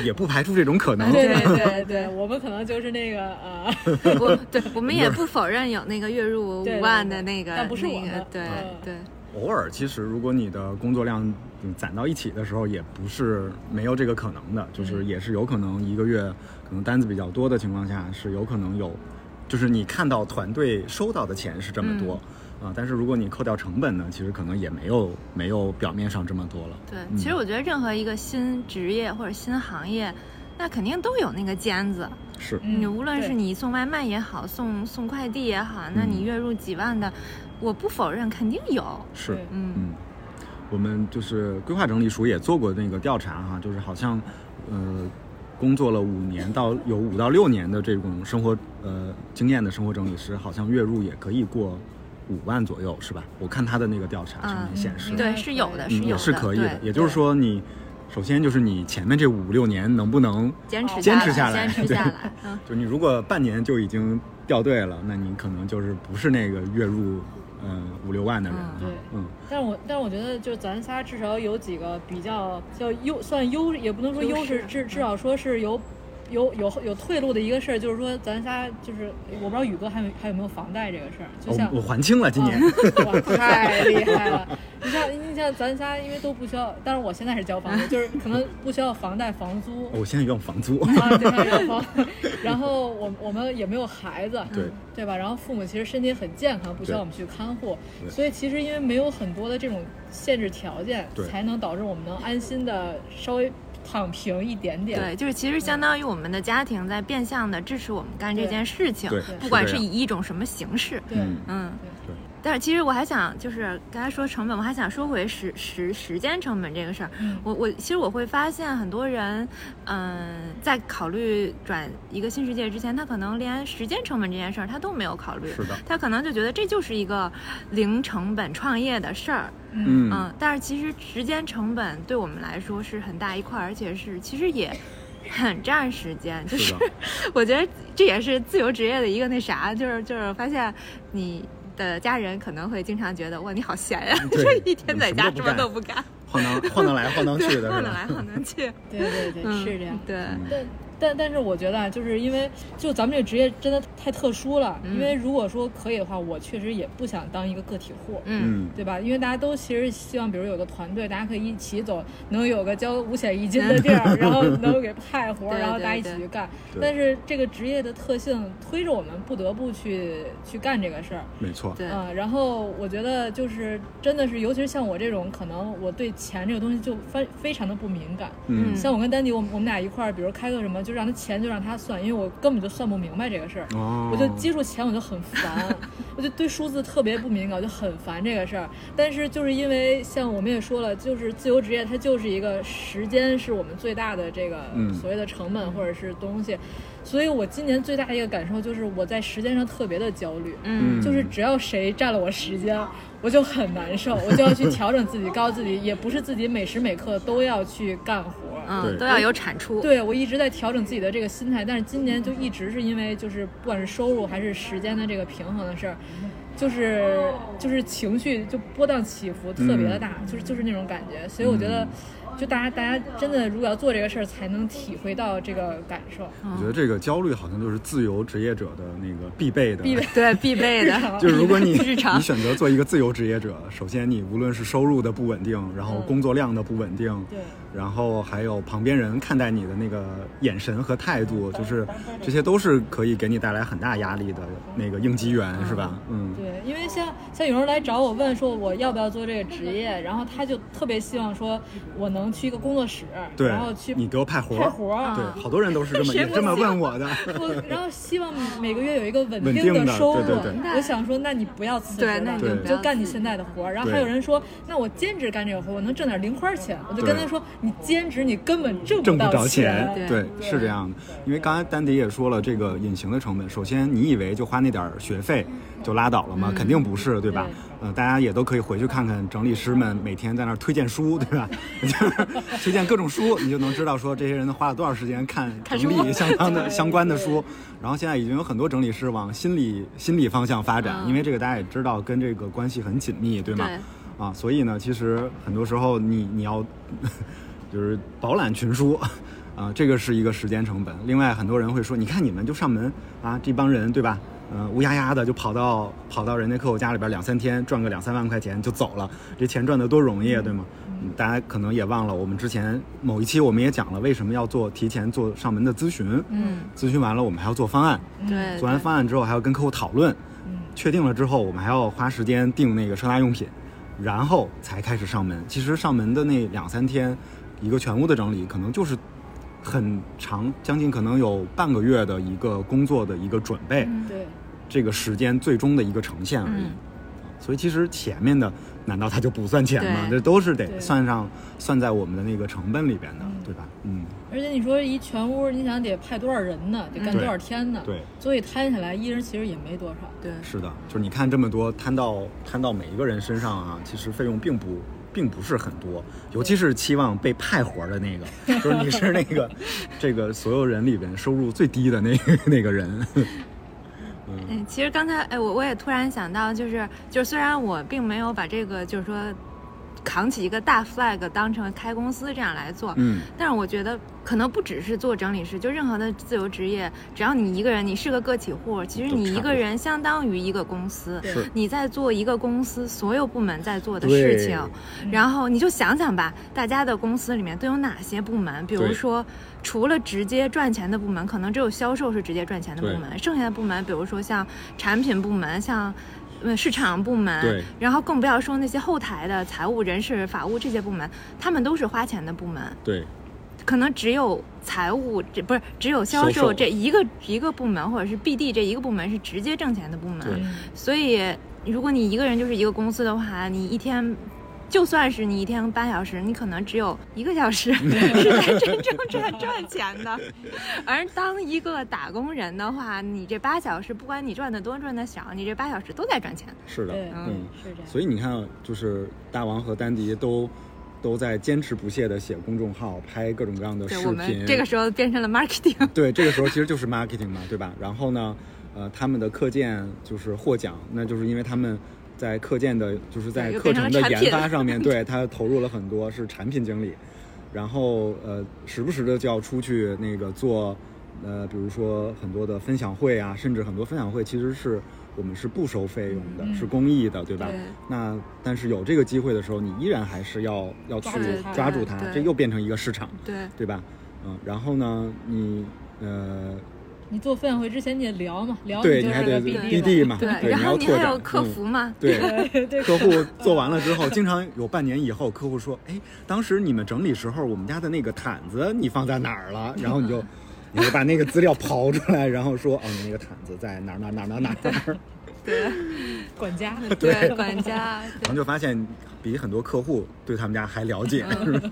[SPEAKER 2] 也不排除这种可 能。
[SPEAKER 1] 对
[SPEAKER 3] 对
[SPEAKER 1] 对
[SPEAKER 3] 对
[SPEAKER 1] 对对，我们可能就是那个呃，
[SPEAKER 3] 我对我们也不否认有那个 月入
[SPEAKER 1] 对对
[SPEAKER 3] 五万的那
[SPEAKER 1] 对
[SPEAKER 3] 个，
[SPEAKER 1] 但不是我
[SPEAKER 3] 那个
[SPEAKER 1] 们，
[SPEAKER 3] 对
[SPEAKER 1] 嗯
[SPEAKER 3] 对，
[SPEAKER 2] 偶尔，其实如果你的工作量嗯攒到一起的时候，也不是没有这个可能的，就是也是有可能一个月可能单子比较多的情况下，是有可能有，就是你看到团队收到的钱是这么多。啊，但是如果你扣掉成本呢，其实可能也没有没有表面上这么多了。
[SPEAKER 3] 对，
[SPEAKER 2] 嗯
[SPEAKER 3] 其实我觉得任何一个新职业或者新行业，那肯定都有那个尖子。
[SPEAKER 2] 是，
[SPEAKER 1] 嗯
[SPEAKER 3] 你无论是
[SPEAKER 1] 对
[SPEAKER 3] 你送外卖也好，送送快递也好，那你
[SPEAKER 2] 嗯
[SPEAKER 3] 月入几万的，我不否认，肯定有。
[SPEAKER 2] 是
[SPEAKER 1] 对，
[SPEAKER 3] 嗯
[SPEAKER 2] 嗯，我们就是规划整理署也做过那个调查哈、就是好像，呃，工作了五年到有五到六年的这种生活呃经验的生活整理师，好像月入也可以过五万左右，是吧？我看他的那个调查上面
[SPEAKER 3] 嗯
[SPEAKER 2] 显示，
[SPEAKER 1] 应
[SPEAKER 3] 对，
[SPEAKER 1] 该
[SPEAKER 3] 是有的，
[SPEAKER 1] 可
[SPEAKER 3] 是
[SPEAKER 2] 嗯，
[SPEAKER 3] 有
[SPEAKER 2] 也
[SPEAKER 3] 的，
[SPEAKER 2] 是可以的
[SPEAKER 3] 对。
[SPEAKER 2] 也就是，说你。首先就是你前面这五六年能不能
[SPEAKER 3] 坚持
[SPEAKER 2] 坚持下来
[SPEAKER 3] 来，坚持
[SPEAKER 2] 对
[SPEAKER 3] 下 来，嗯，
[SPEAKER 2] 就你如果半年就已经掉队了，那你可能就是不是那个月入呃五六万的人
[SPEAKER 3] 嗯
[SPEAKER 2] 哈
[SPEAKER 1] 对。
[SPEAKER 2] 嗯，
[SPEAKER 1] 但是我但是我觉得，就咱仨至少有几个比较叫优，算优也不能说优势
[SPEAKER 3] 优，势
[SPEAKER 1] 至
[SPEAKER 3] 嗯
[SPEAKER 1] 至少说是有有有有退路的一个事儿，就是说咱仨就是我不知道宇哥还有还有没有房贷这个事儿，就像
[SPEAKER 2] 哦我我还清了今年。
[SPEAKER 1] 哦 哇，太厉害了！你像你像咱仨，因为都不需要，但是我现在是交房 租，就是可能不需要房贷、房租
[SPEAKER 2] 我现在用房租。
[SPEAKER 1] 啊，对，还有房。 然后我我们也没有孩子，
[SPEAKER 2] 对，
[SPEAKER 1] 对吧？然后父母其实身体很健康，不需要
[SPEAKER 2] 对
[SPEAKER 1] 我们去看护，
[SPEAKER 2] 对
[SPEAKER 1] 所以其实因为没有很多的这种限制条件
[SPEAKER 2] 对，
[SPEAKER 1] 才能导致我们能安心的稍微躺平一点点。
[SPEAKER 3] 对，就是其实相当于我们的家庭在变相的支持我们干这
[SPEAKER 1] 对
[SPEAKER 3] 件事情
[SPEAKER 2] 对，
[SPEAKER 3] 不
[SPEAKER 2] 是
[SPEAKER 3] 管
[SPEAKER 2] 这
[SPEAKER 3] 是以
[SPEAKER 2] 样
[SPEAKER 3] 一种什么形式，
[SPEAKER 1] 对
[SPEAKER 2] 嗯
[SPEAKER 3] 嗯，
[SPEAKER 2] 对
[SPEAKER 3] 但是其实我还想，就是刚才说成本，我还想说回时时时间成本这个事儿。
[SPEAKER 1] 嗯
[SPEAKER 3] 我我其实我会发现很多人，嗯、在考虑转一个新世界之前，他可能连时间成本这件事儿他都没有考虑，
[SPEAKER 2] 是的，
[SPEAKER 3] 他可能就觉得这就是一个零成本创业的事儿。
[SPEAKER 1] 嗯
[SPEAKER 2] 嗯
[SPEAKER 3] 嗯，但是其实时间成本对我们来说是很大一块儿，而且是其实也很占时间。就是是
[SPEAKER 2] 的，
[SPEAKER 3] 我觉得这也是自由职业的一个那啥，就是就是发现你的家人可能会经常觉得哇你好闲呀、
[SPEAKER 2] 嗯 对
[SPEAKER 3] 这一天在家
[SPEAKER 2] 你
[SPEAKER 3] 什
[SPEAKER 2] 什么
[SPEAKER 3] 么
[SPEAKER 2] 都
[SPEAKER 3] 都不 干，
[SPEAKER 2] 晃荡晃荡来晃荡
[SPEAKER 3] 对，
[SPEAKER 2] 去的，
[SPEAKER 3] 晃
[SPEAKER 2] 是
[SPEAKER 3] 得来
[SPEAKER 2] 吧？
[SPEAKER 3] 晃得去，
[SPEAKER 1] 对对对，
[SPEAKER 3] 嗯
[SPEAKER 1] 是这样。
[SPEAKER 3] 对，
[SPEAKER 2] 嗯
[SPEAKER 1] 但但但是我觉得啊，就是因为就咱们这个职业真的太特殊了，
[SPEAKER 3] 嗯
[SPEAKER 1] 因为如果说可以的话，我确实也不想当一个个体户。
[SPEAKER 3] 嗯
[SPEAKER 2] 嗯，
[SPEAKER 1] 对吧？因为大家都其实希望，比如有个团队，大家可以一起走，能有个交五险一金的地儿，然后能给派活儿，
[SPEAKER 3] 嗯对
[SPEAKER 1] 然后大家
[SPEAKER 3] 对
[SPEAKER 1] 一起
[SPEAKER 3] 对
[SPEAKER 1] 去干。
[SPEAKER 2] 对
[SPEAKER 1] 但是这个职业的特性推着我们不得不去去干这个事儿。
[SPEAKER 2] 没错，
[SPEAKER 3] 对，
[SPEAKER 1] 嗯，然后我觉得就是真的是，尤其是像我这种，可能我对钱这个东西就非非常的不敏感。
[SPEAKER 2] 嗯
[SPEAKER 1] 像我跟丹迪，我们我们俩一块儿，比如开个什么，就让他钱就让他算，因为我根本就算不明白这个事儿。
[SPEAKER 2] 哦，
[SPEAKER 1] 我就接触钱我就很烦，我就对数字特别不敏感，我就很烦这个事儿。但是就是因为像我们也说了，就是自由职业，它就是一个时间是我们最大的这个
[SPEAKER 2] 嗯
[SPEAKER 1] 所谓的成本或者是东西，所以我今年最大的一个感受就是我在时间上特别的焦虑。
[SPEAKER 3] 嗯
[SPEAKER 2] 嗯
[SPEAKER 1] 就是只要谁占了我时间，我就很难受，我就要去调整自己，告诉自己也不是自己每时每刻都要去干活。
[SPEAKER 3] 嗯，
[SPEAKER 2] 对哎
[SPEAKER 3] 都要有产出。
[SPEAKER 1] 对我一直在调整自己的这个心态，但是今年就一直是因为就是不管是收入还是时间的这个平衡的事儿，就是
[SPEAKER 2] 哦
[SPEAKER 1] 就是情绪就波荡起伏特别的大，就是就是那种感觉，所以我觉得
[SPEAKER 2] 嗯。
[SPEAKER 1] 就大家，大家真的如果要做这个事儿，才能体会到这个感受。
[SPEAKER 2] 我觉得这个焦虑好像就是自由职业者的那个必备的，
[SPEAKER 1] 必备
[SPEAKER 3] 对必备
[SPEAKER 1] 日常
[SPEAKER 3] 的，
[SPEAKER 2] 就是如果你
[SPEAKER 3] 日常
[SPEAKER 2] 你选择做一个自由职业者，首先你无论是收入的不稳定，然后
[SPEAKER 1] 嗯
[SPEAKER 2] 工作量的不稳定，
[SPEAKER 1] 对，
[SPEAKER 2] 然后还有旁边人看待你的那个眼神和态度，就是这些都是可以给你带来很大压力的那个应激源，是吧？嗯，
[SPEAKER 1] 对，因为像像有人来找我问说我要不要做这个职业，然后他就特别希望说我能去一个工作室，
[SPEAKER 2] 对
[SPEAKER 1] 然后去，
[SPEAKER 2] 你给我派活
[SPEAKER 1] 派
[SPEAKER 2] 儿，
[SPEAKER 1] 活儿
[SPEAKER 3] 啊
[SPEAKER 2] 对，好多人都是 这么
[SPEAKER 1] 谁
[SPEAKER 2] 也
[SPEAKER 1] 不
[SPEAKER 2] 这么问我的，
[SPEAKER 1] 我然后希望每个月有一个稳
[SPEAKER 2] 稳
[SPEAKER 1] 定
[SPEAKER 2] 定
[SPEAKER 1] 的
[SPEAKER 2] 的
[SPEAKER 1] 收入。
[SPEAKER 2] 对对对
[SPEAKER 1] 我想说，那你不要辞职
[SPEAKER 3] 对
[SPEAKER 1] 了，
[SPEAKER 3] 那你
[SPEAKER 2] 就
[SPEAKER 1] 你
[SPEAKER 2] 不
[SPEAKER 1] 就
[SPEAKER 3] 要
[SPEAKER 1] 干你
[SPEAKER 3] 辞
[SPEAKER 1] 现在的活儿。然后还
[SPEAKER 2] 对
[SPEAKER 1] 有人说，那我兼职干这个活儿，我能挣点零花钱。我就跟
[SPEAKER 2] 对
[SPEAKER 1] 他说，你兼职你根本挣
[SPEAKER 2] 挣不
[SPEAKER 1] 到
[SPEAKER 2] 着钱，
[SPEAKER 3] 对
[SPEAKER 2] 对，是这样的。因为刚才丹迪也说了，这个隐形的成本，首先你以为就花那点儿学费就拉倒了吗？肯定不是，对吧？嗯、呃，大家也都可以回去看看整理师们每天在那儿推荐书，对吧？ 就是推荐各种书，你就能知道说这些人花了多少时间看
[SPEAKER 3] 看
[SPEAKER 2] 整
[SPEAKER 3] 书
[SPEAKER 2] 理相 当的相关的书。然后现在已经有很多整理师往心理心理方向发展，
[SPEAKER 3] 嗯
[SPEAKER 2] 因为这个大家也知道跟这个关系很紧密，对吗？
[SPEAKER 3] 对
[SPEAKER 2] 啊，所以呢，其实很多时候你你要 就是饱览群书。啊，这个是一个时间成本。另外，很多人会说，你看你们就上门啊，这帮人对吧？嗯、乌压压的就跑到跑到人家客户家里边两三天，赚个两三万块钱就走了，这钱赚得多容易，对吗？嗯大家可能也忘了，我们之前某一期我们也讲了，为什么要做提前做上门的咨询？
[SPEAKER 3] 嗯，
[SPEAKER 2] 咨询完了，我们还要做方案，
[SPEAKER 3] 对，嗯
[SPEAKER 2] 做完方案之后还要跟客户讨论，确定了之后，我们还要花时间定那个收纳用品，然后才开始上门。其实上门的那两三天，一个全屋的整理，可能就是很长，将近可能有半个月的一个工作的一个准备，
[SPEAKER 1] 对，
[SPEAKER 2] 这个时间最终的一个呈现而已。
[SPEAKER 3] 嗯
[SPEAKER 2] 所以其实前面的难道它就不算钱吗？
[SPEAKER 3] 对
[SPEAKER 2] 这都是
[SPEAKER 1] 对
[SPEAKER 2] 得算上算在我们的那个成本里边的
[SPEAKER 1] 嗯，
[SPEAKER 2] 对吧？嗯，
[SPEAKER 1] 而且你说一全屋，你想得派多少人呢？得干
[SPEAKER 2] 嗯
[SPEAKER 1] 多少天呢？
[SPEAKER 2] 对，
[SPEAKER 1] 所以摊下来，一人其实也没多少。
[SPEAKER 3] 对对
[SPEAKER 2] 是的，就是你看这么多摊到摊到每一个人身上啊，其实费用并不并不是很多，尤其是期望被派活儿的那个，就是你是那 个这个所有人里边收入最低的那个那个人。
[SPEAKER 3] 嗯，其实刚才哎，我我也突然想到，就是就是虽然我并没有把这个就是说扛起一个大 flag 当成开公司这样来做，
[SPEAKER 2] 嗯，
[SPEAKER 3] 但是我觉得可能不只是做整理师，就任何的自由职业，只要你一个人，你是个个体户，其实
[SPEAKER 2] 都
[SPEAKER 3] 你
[SPEAKER 2] 差
[SPEAKER 3] 一
[SPEAKER 2] 不
[SPEAKER 3] 个
[SPEAKER 2] 多
[SPEAKER 3] 人相当于一个公司
[SPEAKER 1] 对
[SPEAKER 2] 是，
[SPEAKER 3] 你在做一个公司所有部门在做的事情，然后你就想想吧，大家的公司里面都有哪些部门？比如
[SPEAKER 2] 对
[SPEAKER 3] 说，除了直接赚钱的部门，可能只有销售是直接赚钱的部门，剩下的部门，比如说像产品部门，像。呃市场部门
[SPEAKER 2] 对，
[SPEAKER 3] 然后更不要说那些后台的财务、人事、法务这些部门，他们都是花钱的部门。
[SPEAKER 2] 对，
[SPEAKER 3] 可能只有财务这不是只有销
[SPEAKER 2] 销
[SPEAKER 3] 售
[SPEAKER 2] 售
[SPEAKER 3] 这一个一个部门，或者是 BD 这一个部门是直接挣钱的部门
[SPEAKER 2] 对。
[SPEAKER 1] 嗯
[SPEAKER 3] 所以，如果你一个人就是一个公司的话，你一天。就算是你一天八小时，你可能只有一个小时 是在真正赚赚钱的， 而当一个打工人的话，你这八小时，不管你赚的多赚的少，你这八小时都在赚钱。
[SPEAKER 2] 是的，
[SPEAKER 1] 对
[SPEAKER 2] 嗯。
[SPEAKER 1] 是这样。
[SPEAKER 2] 所以你看，啊就是大王和丹迪都都在坚持不懈的写公众号，拍各种各样的
[SPEAKER 3] 对
[SPEAKER 2] 视
[SPEAKER 3] 我
[SPEAKER 2] 频。
[SPEAKER 3] 们这个时候变成了 marketing，
[SPEAKER 2] 对，这个时候其实就是 marketing 嘛，对吧？然后呢，呃，他们的课件就是获奖，那就是因为他们在课件的，就是在
[SPEAKER 3] 对又
[SPEAKER 2] 课
[SPEAKER 3] 变成
[SPEAKER 2] 程的
[SPEAKER 3] 了产
[SPEAKER 2] 研
[SPEAKER 3] 品
[SPEAKER 2] 发上面，对他投入了很多，是产品经理。然后呃，时不时的就要出去那个做，呃，比如说很多的分享会啊，甚至很多分享会其实是我们是不收费用的，
[SPEAKER 1] 嗯
[SPEAKER 2] 是公益的，对吧？
[SPEAKER 3] 对
[SPEAKER 2] 那但是有这个机会的时候，你依然还是要要去
[SPEAKER 1] 抓住它
[SPEAKER 2] 抓住它，
[SPEAKER 3] 对
[SPEAKER 2] 这又变成一个市场，
[SPEAKER 3] 对，
[SPEAKER 2] 对吧？嗯，然后呢，你呃，
[SPEAKER 1] 你做分享会之前你也聊嘛，聊
[SPEAKER 2] 对
[SPEAKER 1] 就
[SPEAKER 2] 还
[SPEAKER 1] 是
[SPEAKER 2] 得
[SPEAKER 1] 个
[SPEAKER 2] BD
[SPEAKER 1] BD
[SPEAKER 2] 嘛，
[SPEAKER 3] 对，
[SPEAKER 2] 对，
[SPEAKER 3] 然后
[SPEAKER 2] 要
[SPEAKER 3] 你
[SPEAKER 2] 拓
[SPEAKER 3] 还
[SPEAKER 2] 展
[SPEAKER 3] 有客
[SPEAKER 2] 嗯
[SPEAKER 3] 服嘛，
[SPEAKER 2] 对，
[SPEAKER 1] 对 对
[SPEAKER 2] 客户做完了之后，经常有半年以后，客户说：“哎，当时你们整理时候，我们家的那个毯子你放在哪儿了？”然后你 就，你就把那个资料刨出来，然后说：“哦，你那个毯子在哪儿哪儿哪儿哪儿哪儿。”
[SPEAKER 3] 对
[SPEAKER 1] 管家。
[SPEAKER 3] 对，管家，
[SPEAKER 2] 然后
[SPEAKER 3] 对
[SPEAKER 2] 就发现比很多客户对他们家还了解。
[SPEAKER 3] 嗯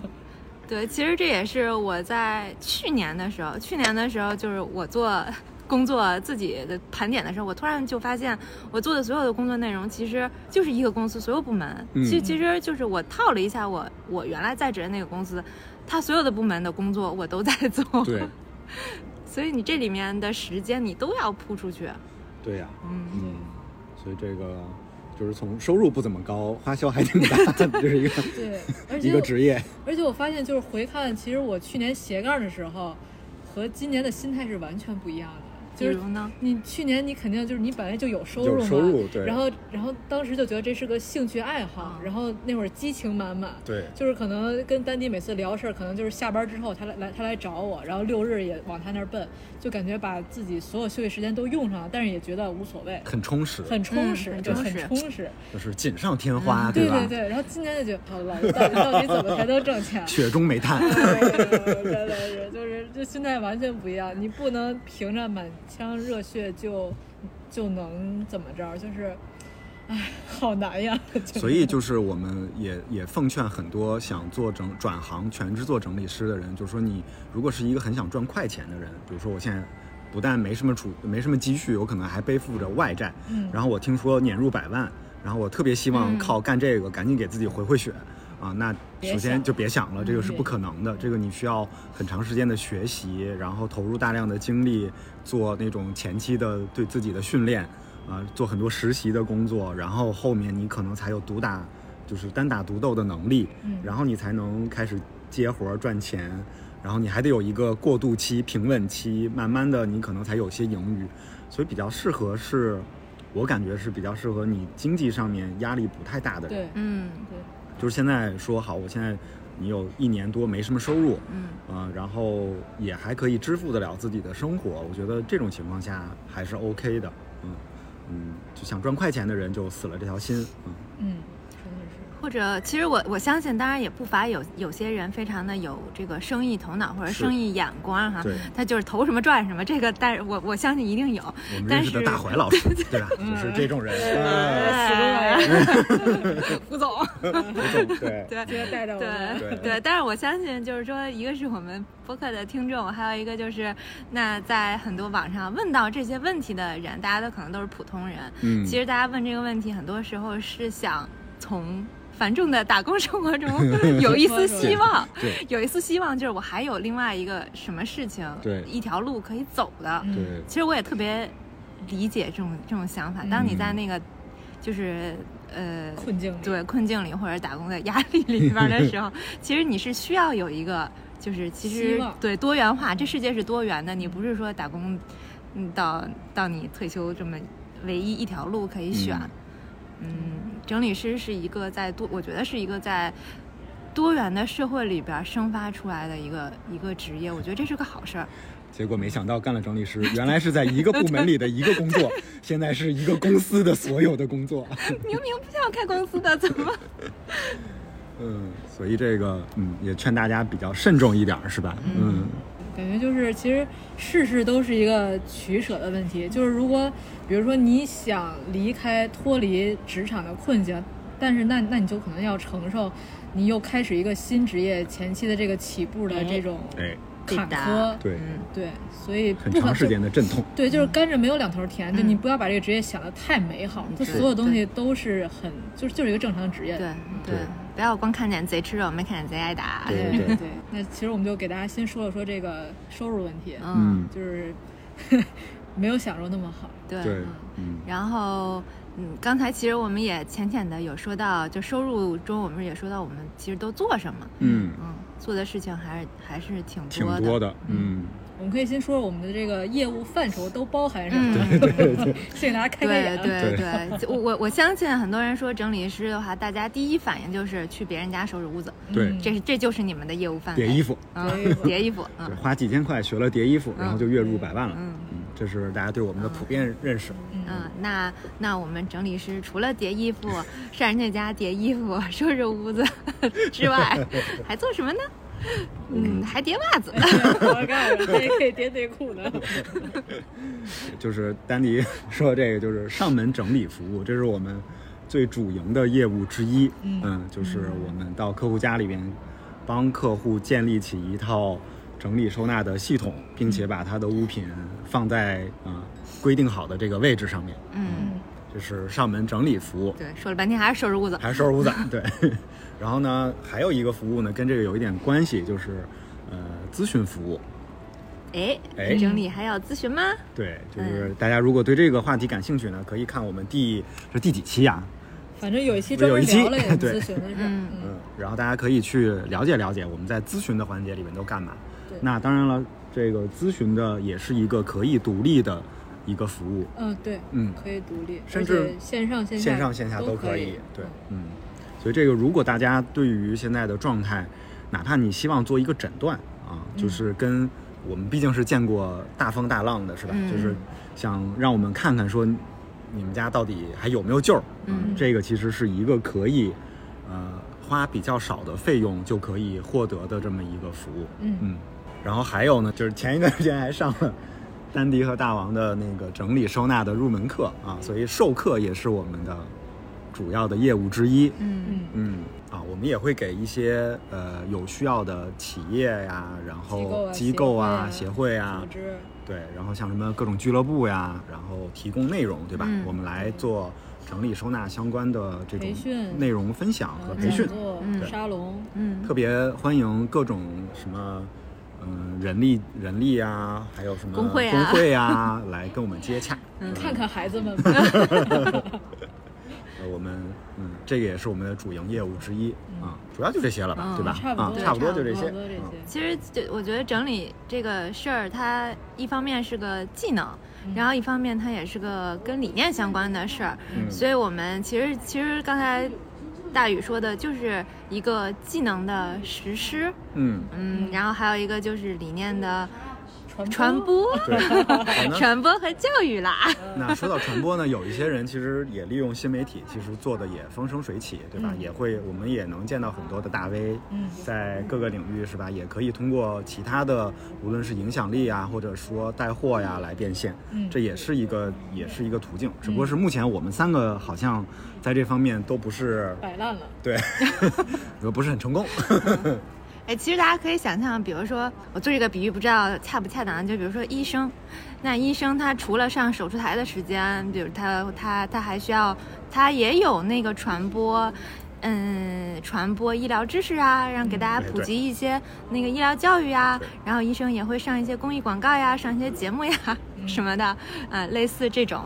[SPEAKER 3] 对，其实这也是我在去年的时候，去年的时候就是我做。 工作自己的盘点的时候，我突然就发现，我做的所有的工作内容其实就是一个公司所有部门。
[SPEAKER 2] 嗯
[SPEAKER 3] 其、其实就是我套了一下我我原来在职的那个公司，它所有的部门的工作我都在做。
[SPEAKER 2] 对，
[SPEAKER 3] 所以你这里面的时间你都要铺出去。
[SPEAKER 2] 对呀、
[SPEAKER 3] 嗯，
[SPEAKER 2] 嗯，所以这个就是从收入不怎么高，花销还挺大，就是一个
[SPEAKER 1] 对，而
[SPEAKER 2] 一
[SPEAKER 1] 且
[SPEAKER 2] 个职业。
[SPEAKER 1] 而且我发现，就是回看，其实我去年斜杠的时候，和今年的心态是完全不一样的。
[SPEAKER 3] 比
[SPEAKER 1] 就是
[SPEAKER 3] 如呢？
[SPEAKER 1] 你去年你肯定就是你本来就有收入
[SPEAKER 2] 嗯有
[SPEAKER 1] 嘛，
[SPEAKER 2] 收入对嗯
[SPEAKER 1] 然后然后当时就觉得这是个兴趣爱好
[SPEAKER 3] 啊，
[SPEAKER 1] 然后那会儿激情满满。
[SPEAKER 2] 对
[SPEAKER 1] 就是可能跟丹迪每次聊事儿，可能就是下班之后他来来他来找我，然后六日也往他那儿奔，就感觉把自己所有休息时间都用上了，但是也觉得无所谓，
[SPEAKER 2] 很充实，
[SPEAKER 1] 很充实，
[SPEAKER 3] 嗯
[SPEAKER 1] 就
[SPEAKER 3] 很
[SPEAKER 1] 很
[SPEAKER 3] 充实
[SPEAKER 1] 充实。
[SPEAKER 2] 就是锦上添花，
[SPEAKER 1] 对
[SPEAKER 2] 吧？
[SPEAKER 1] 对对，然后今年就觉得，好老子到底到底怎么才能挣钱？
[SPEAKER 2] 雪中煤炭。
[SPEAKER 1] 对真的是，就是这心态完全不一样。你不能凭着满腔热血就就能怎么着，就是，哎，好难呀。就是
[SPEAKER 2] 所以就是我们也也奉劝很多想做整转行全职做整理师的人，就是说你如果是一个很想赚快钱的人，比如说我现在不但没什么储没什么积蓄，我可能还背负着外债，
[SPEAKER 1] 嗯
[SPEAKER 2] 然后我听说年入百万，然后我特别希望
[SPEAKER 3] 嗯
[SPEAKER 2] 靠干这个赶紧给自己回回血。啊，那
[SPEAKER 1] 别
[SPEAKER 2] 首先
[SPEAKER 1] 想嗯
[SPEAKER 2] 就别想了，这个是
[SPEAKER 1] 对
[SPEAKER 2] 不可能的。这个你需要很长时间的学习，然后投入大量的精力做那种前期的对自己的训练，啊、做很多实习的工作，然后后面你可能才有独打，就是单打独斗的能力，
[SPEAKER 1] 嗯
[SPEAKER 2] 然后你才能开始接活儿赚钱，然后你还得有一个过渡期、平稳期，慢慢的你可能才有些盈余，所以比较适合是，我感觉是比较适合你经济上面压力不太大的人，
[SPEAKER 1] 对
[SPEAKER 3] 嗯
[SPEAKER 1] 对，
[SPEAKER 2] 就是现在说好，我现在你有一年多没什么收入，
[SPEAKER 3] 嗯，
[SPEAKER 2] 啊、然后也还可以支付得了自己的生活，我觉得这种情况下还是 OK 的，嗯嗯，就想赚快钱的人就死了这条心，嗯，
[SPEAKER 1] 嗯，真的是，
[SPEAKER 3] 或者其实我我相信，当然也不乏有有些人非常的有这个生意头脑或者
[SPEAKER 2] 是
[SPEAKER 3] 生意眼光哈，
[SPEAKER 2] 对，
[SPEAKER 3] 他就是投什么赚什么，这个但是我我相信一定有。
[SPEAKER 2] 我们
[SPEAKER 3] 但
[SPEAKER 2] 认识的
[SPEAKER 3] 是嗯呃
[SPEAKER 2] 大怀老师，对 吧？就是这种人，
[SPEAKER 1] 哎死
[SPEAKER 3] 胡总，
[SPEAKER 2] 嗯这种对，
[SPEAKER 3] 对。
[SPEAKER 1] 直接带着我们。
[SPEAKER 2] 对
[SPEAKER 3] 对对，但是我相信，就是说，一个是我们播客的听众，还有一个就是，那在很多网上问到这些问题的人，大家都可能都是普通人，
[SPEAKER 2] 嗯，
[SPEAKER 3] 其实大家问这个问题，很多时候是想从繁重的打工 生活中有一丝希望，
[SPEAKER 2] 对
[SPEAKER 3] 有一丝希望，就是我还有另外一个什么事情，
[SPEAKER 2] 对
[SPEAKER 3] 一条路可以走的。
[SPEAKER 1] 嗯
[SPEAKER 2] 对，
[SPEAKER 3] 其实我也特别理解这种这种想法。
[SPEAKER 1] 嗯
[SPEAKER 3] 当你在那个就是呃
[SPEAKER 1] 困境里，
[SPEAKER 3] 对困境里或者打工的压力里边的时候，其实你是需要有一个就是其
[SPEAKER 1] 希
[SPEAKER 3] 实
[SPEAKER 1] 望
[SPEAKER 3] 对多元化，这世界是多元的，你不是说打工，嗯，到到你退休这么唯一一条路可以选。嗯整理师是一个在多，我觉得是一个在。多元的社会里边生发出来的一个一个职业，我觉得这是个好事儿。
[SPEAKER 2] 结果没想到干了整理师，原来是在一个部门里的一个工 作，现在是一个公司的所有的工作，
[SPEAKER 3] 明明不想开公司的，怎么？
[SPEAKER 2] 嗯，所以这个嗯也劝大家比较慎重一点儿，是吧？嗯
[SPEAKER 1] 感觉就是其实事事都是一个取舍的问
[SPEAKER 3] 嗯
[SPEAKER 1] 题。就是如果比如说你想离开脱离职场的困境，但是那那你就可能要承受，你又开始一个新职业前期的这个起步的这种
[SPEAKER 2] 哎，
[SPEAKER 1] 坎
[SPEAKER 3] 对
[SPEAKER 1] 坷
[SPEAKER 3] 的，
[SPEAKER 2] 对，
[SPEAKER 3] 嗯，
[SPEAKER 1] 对，所以不
[SPEAKER 2] 很
[SPEAKER 1] 可
[SPEAKER 2] 长时间的阵痛。
[SPEAKER 1] 对，就是甘蔗没有两头甜，就
[SPEAKER 3] 嗯
[SPEAKER 1] 你不要把这个职业想得太美好，它
[SPEAKER 3] 对
[SPEAKER 1] 所有东西都是很就是就是一个正常职业。哎
[SPEAKER 3] 对对
[SPEAKER 2] 对，
[SPEAKER 3] 不要光看见贼吃肉，没看见贼挨打。
[SPEAKER 2] 对
[SPEAKER 1] 对
[SPEAKER 2] 对
[SPEAKER 1] 对，那其实我们就给大家先说了说这个收入问题，
[SPEAKER 3] 嗯，
[SPEAKER 2] 嗯，
[SPEAKER 1] 就是没有想着那么好。
[SPEAKER 3] 对。
[SPEAKER 2] 对，嗯，
[SPEAKER 3] 然后嗯，刚才其实我们也浅浅的有说到，就收入中我们也说到我们其实都做什么，
[SPEAKER 2] 嗯，
[SPEAKER 3] 嗯，做的事情还是还是挺
[SPEAKER 2] 挺
[SPEAKER 3] 多的。
[SPEAKER 2] 多的，嗯，
[SPEAKER 1] 我们可以先说说我们的这个业务范畴都包含什么，
[SPEAKER 3] 嗯，
[SPEAKER 1] 先给大家开开
[SPEAKER 3] 对
[SPEAKER 1] 眼。啊
[SPEAKER 2] 对
[SPEAKER 3] 对对，就我我我相信很多人说整理师的话，大家第一反应就是去别人家收拾屋子，
[SPEAKER 2] 对
[SPEAKER 1] 嗯
[SPEAKER 3] 这是这就是你们的业务范围。
[SPEAKER 2] 叠衣服，
[SPEAKER 1] 叠衣
[SPEAKER 3] 嗯
[SPEAKER 1] 服，
[SPEAKER 3] 叠衣服，嗯
[SPEAKER 2] 对，花几千块学了叠衣服，然后就月入
[SPEAKER 1] 嗯
[SPEAKER 2] 百万了，
[SPEAKER 3] 嗯
[SPEAKER 2] 嗯，这是大家对我们的普遍认识，
[SPEAKER 3] 嗯，那那我们整理师除了叠衣服、上人家家叠衣服、收拾屋子之外，还做什么呢？嗯，还叠袜子。
[SPEAKER 1] 我告诉你，也可以叠内裤呢。
[SPEAKER 2] 就是丹迪 说的这个，就是上门整理服务，这是我们最主营的业务之一。
[SPEAKER 1] 嗯
[SPEAKER 2] 就是我们到客户家里边，帮客户建立起一套整理收纳的系统，并且把他的物品放在啊、呃规定好的这个位置上面，
[SPEAKER 3] 嗯，
[SPEAKER 2] 这是上门整理服务。
[SPEAKER 3] 对，说了半天还是收拾屋子。
[SPEAKER 2] 还是收拾屋子，对。 然后呢，还有一个服务呢，跟这个有一点关系，就是呃咨询服务。
[SPEAKER 3] 哎，
[SPEAKER 2] 哎
[SPEAKER 3] 整理还要咨询吗？
[SPEAKER 2] 对，就是大家如果对这个话题感兴趣呢，可以看我们第这第几期啊呀、
[SPEAKER 1] 反正有一期专门聊了 也咨询的事儿，嗯
[SPEAKER 3] 嗯
[SPEAKER 2] 嗯，然后大家可以去了解了解我们在咨询的环节里面都干嘛
[SPEAKER 1] 对。
[SPEAKER 2] 那当然了，这个咨询的也是一个可以独立的一个服务，
[SPEAKER 1] 嗯，对，
[SPEAKER 2] 嗯
[SPEAKER 1] 可以独立，
[SPEAKER 2] 甚至
[SPEAKER 1] 而且线上线下
[SPEAKER 2] 线上线下
[SPEAKER 1] 都
[SPEAKER 2] 都可
[SPEAKER 1] 以。
[SPEAKER 2] 对，嗯，所以这个如果大家对于现在的状态，哪怕你希望做一个诊断啊，就是跟我们毕竟是见过大风大浪的，是吧？
[SPEAKER 3] 嗯
[SPEAKER 2] 就是想让我们看看说你们家到底还有没有救儿。啊
[SPEAKER 3] 嗯
[SPEAKER 2] 这个其实是一个可以，呃，花比较少的费用就可以获得的这么一个服务。
[SPEAKER 1] 嗯，
[SPEAKER 2] 嗯，然后还有呢，就是前一段时间还上了丹迪和大王的那个整理收纳的入门课啊， 所以授课也是我们的主要的业务之一。
[SPEAKER 3] 嗯
[SPEAKER 1] 嗯
[SPEAKER 2] 嗯，啊，我们也会给一些呃有需要的企业呀，然后
[SPEAKER 1] 机
[SPEAKER 2] 机
[SPEAKER 1] 构
[SPEAKER 2] 构
[SPEAKER 1] 啊
[SPEAKER 2] 啊、
[SPEAKER 1] 协
[SPEAKER 2] 协会
[SPEAKER 3] 嗯
[SPEAKER 2] 啊
[SPEAKER 1] 组，织，
[SPEAKER 2] 对，然后像什么各种俱乐部呀，然后提供内容，对吧？
[SPEAKER 3] 嗯
[SPEAKER 2] 我们来做整理收纳相关的这种
[SPEAKER 1] 培训
[SPEAKER 2] 内容分享和
[SPEAKER 1] 嗯
[SPEAKER 2] 培训
[SPEAKER 1] 讲，座、
[SPEAKER 3] 嗯
[SPEAKER 1] 沙龙，
[SPEAKER 3] 嗯
[SPEAKER 2] 特别欢迎各种什么。嗯，人力人力啊，还有什么
[SPEAKER 3] 工会啊
[SPEAKER 2] 工 会啊来跟我们接洽。
[SPEAKER 3] 嗯
[SPEAKER 1] 看看孩子 们吧。
[SPEAKER 2] 呃，我们嗯，这个也是我们的主营业务之一啊，主要就这些了吧，
[SPEAKER 3] 嗯
[SPEAKER 2] 对吧？
[SPEAKER 1] 差不
[SPEAKER 2] 啊
[SPEAKER 1] 多，，
[SPEAKER 2] 差不多
[SPEAKER 1] 差
[SPEAKER 2] 就这
[SPEAKER 1] 差
[SPEAKER 2] 些。
[SPEAKER 1] 不多这
[SPEAKER 2] 嗯
[SPEAKER 1] 些。
[SPEAKER 3] 其实就我觉得整理这个事儿，它一方面是个技能，
[SPEAKER 1] 嗯
[SPEAKER 3] 然后一方面它也是个跟理念相关的事儿。
[SPEAKER 2] 嗯
[SPEAKER 3] 所以我们其实其实刚才大宇说的就是一个技能的实施，
[SPEAKER 2] 嗯，
[SPEAKER 3] 嗯，然后还有一个就是理念的
[SPEAKER 1] 传
[SPEAKER 3] 传播、
[SPEAKER 2] 对。好呢
[SPEAKER 3] 传播和教育啦。
[SPEAKER 2] 那说到传播呢，有一些人其实也利用新媒体，其实做的也风生水起，对吧？也会，我们也能见到很多的大 V，
[SPEAKER 1] 嗯
[SPEAKER 2] 在各个领域是吧？也可以通过其他的，无论是影响力啊，或者说带货呀、来变现，
[SPEAKER 1] 嗯
[SPEAKER 2] 这也是一个也是一个途径。只不过是目前我们三个好像在这方面都不是
[SPEAKER 1] 摆烂了，
[SPEAKER 2] 对，都不是很成功。
[SPEAKER 3] 哎，其实大家可以想象，比如说呃我做这个比喻，不知道恰不恰当，就比如说医生，那医生他除了上手术台的时间，比如他他他还需要，他也有那个传播。嗯，传播医疗知识啊，让给大家
[SPEAKER 2] 嗯
[SPEAKER 3] 普
[SPEAKER 2] 对
[SPEAKER 3] 及一些那个医疗教育啊
[SPEAKER 2] 对，
[SPEAKER 3] 然后医生也会上一些公益广告呀，上一些节目呀什么的，呃，类似这种，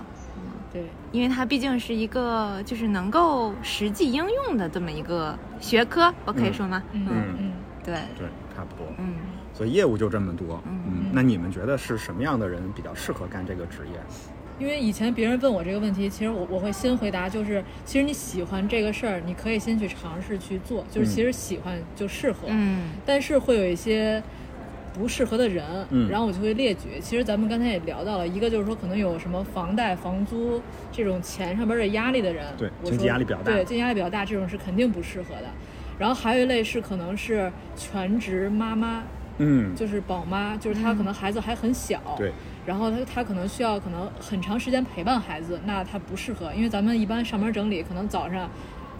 [SPEAKER 1] 对，
[SPEAKER 3] 因为它毕竟是一个就是能够实际应用的这么一个学科，我可以
[SPEAKER 2] 嗯
[SPEAKER 3] 说吗？
[SPEAKER 1] 嗯
[SPEAKER 2] 嗯
[SPEAKER 1] 嗯。
[SPEAKER 3] 对，
[SPEAKER 2] 对，差不多。
[SPEAKER 3] 嗯。
[SPEAKER 2] 所以业务就这么多。
[SPEAKER 3] 嗯
[SPEAKER 2] 嗯，那你们觉得是什么样的人比较适合干这个职业？
[SPEAKER 1] 因为以前别人问我这个问题，其实我我会先回答，就是其实你喜欢这个事儿，你可以先去尝试去做，就是
[SPEAKER 2] 嗯
[SPEAKER 1] 其实喜欢就适合，
[SPEAKER 3] 嗯
[SPEAKER 1] 但是会有一些不适合的人，
[SPEAKER 2] 嗯
[SPEAKER 1] 然后我就会列举。其实咱们刚才也聊到了，一个就是说可能有什么房贷、房租这种钱上边的压力的人，
[SPEAKER 2] 对
[SPEAKER 1] 我说
[SPEAKER 2] 经济压力比较大
[SPEAKER 1] 对，经济压力比较大，这种是肯定不适合的。然后还有一类是可能是全职妈妈，
[SPEAKER 2] 嗯，
[SPEAKER 1] 就是宝妈，就是她可能孩子还很小，
[SPEAKER 2] 对，
[SPEAKER 1] 然后他他可能需要可能很长时间陪伴孩子，那他不适合，因为咱们一般上班整理可能早上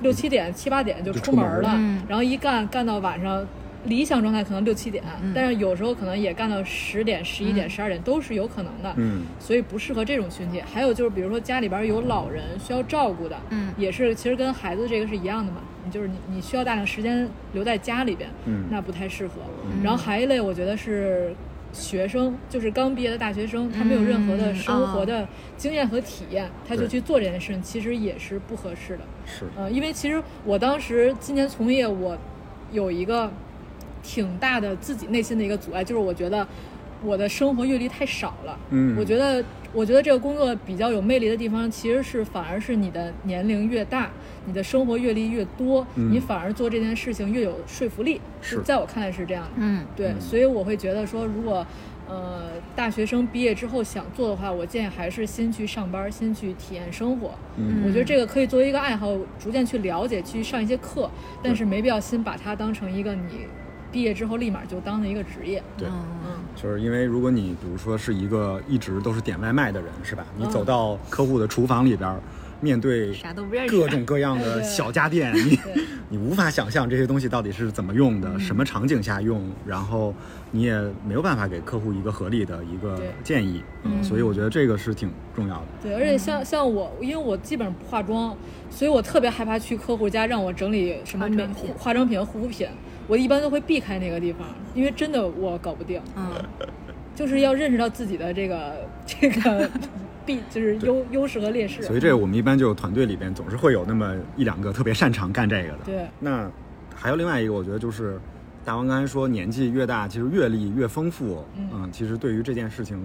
[SPEAKER 1] 六七点、七八点就
[SPEAKER 2] 就
[SPEAKER 1] 出
[SPEAKER 2] 出
[SPEAKER 1] 门
[SPEAKER 2] 门
[SPEAKER 1] 了，
[SPEAKER 2] 了
[SPEAKER 3] 嗯
[SPEAKER 1] 然后一干干到晚上，理想状态可能六七点，
[SPEAKER 3] 嗯
[SPEAKER 1] 但是有时候可能也干到十点、十一点、十二点都是有可能的。
[SPEAKER 2] 嗯
[SPEAKER 1] 所以不适合这种群体，还有就是，比如说家里边有老人需要照顾的，
[SPEAKER 3] 嗯
[SPEAKER 1] 也是其实跟孩子这个是一样的嘛，你就是你你需要大量时间留在家里边，
[SPEAKER 2] 嗯
[SPEAKER 1] 那不太适合。
[SPEAKER 2] 嗯
[SPEAKER 1] 然后还一类，我觉得是学生，就是刚毕业的大学生，他没有任何的
[SPEAKER 3] 嗯
[SPEAKER 1] 生活
[SPEAKER 3] 哦
[SPEAKER 1] 的经验和体验，他就
[SPEAKER 2] 对
[SPEAKER 1] 去做这件事情，其实也是不合适的。
[SPEAKER 2] 是
[SPEAKER 1] 呃，因为其实我当时今年从业，我有一个挺大的自己内心的一个阻碍，就是我觉得我的生活阅历太少了。
[SPEAKER 2] 嗯
[SPEAKER 1] 我觉得，我觉得这个工作比较有魅力的地方，其实是反而是你的年龄越大，你的生活阅历越多，
[SPEAKER 2] 嗯
[SPEAKER 1] 你反而做这件事情越有说服力。
[SPEAKER 2] 是
[SPEAKER 1] 在我看来是这样的。
[SPEAKER 3] 嗯
[SPEAKER 1] 对，
[SPEAKER 2] 嗯
[SPEAKER 1] 所以我会觉得说，如果呃大学生毕业之后想做的话，我建议还是先去上班，先去体验生活。
[SPEAKER 2] 嗯
[SPEAKER 1] 我觉得这个可以作为一个爱好，逐渐去了解，去上一些课，但是没必要先把它当成一个你毕业之后立马就当的一个职业。
[SPEAKER 2] 对，
[SPEAKER 3] 嗯
[SPEAKER 1] 嗯，
[SPEAKER 2] 就是因为如果你比如说是一个一直都是点外卖的人，是吧？你
[SPEAKER 1] 嗯
[SPEAKER 2] 走到客户的厨房里边儿，面对
[SPEAKER 3] 啥都不认识
[SPEAKER 2] 各种各 样
[SPEAKER 1] 对
[SPEAKER 2] 的
[SPEAKER 1] 对
[SPEAKER 2] 小家电，你
[SPEAKER 1] 对嗯
[SPEAKER 2] 你无法想象这些东西到底是怎么用的，什么场景下用，然后你也没有办法给客户一个合理的一个
[SPEAKER 1] 对
[SPEAKER 2] 建议，嗯，所以我觉得这个是挺重要的。
[SPEAKER 1] 对，而且
[SPEAKER 3] 嗯
[SPEAKER 1] 像像我，因为我基本上不化妆，所以我特别害怕去客户家让我整理什么
[SPEAKER 3] 化
[SPEAKER 1] 美
[SPEAKER 3] 妆品
[SPEAKER 1] 化妆品、护肤品，我一般都会避开那个地方，因为真的我搞不定，
[SPEAKER 3] 嗯
[SPEAKER 1] 就是要认识到自己的这个这 个弊，就是优优势和劣势。
[SPEAKER 2] 所以这个我们一般就团队里边总是会有那么一两个特别擅长干这个的。
[SPEAKER 1] 对
[SPEAKER 2] 那还有另外一个，我觉得就是大王刚才说，年纪越大，其实阅历越丰富，
[SPEAKER 1] 嗯
[SPEAKER 2] 其实对于这件事情，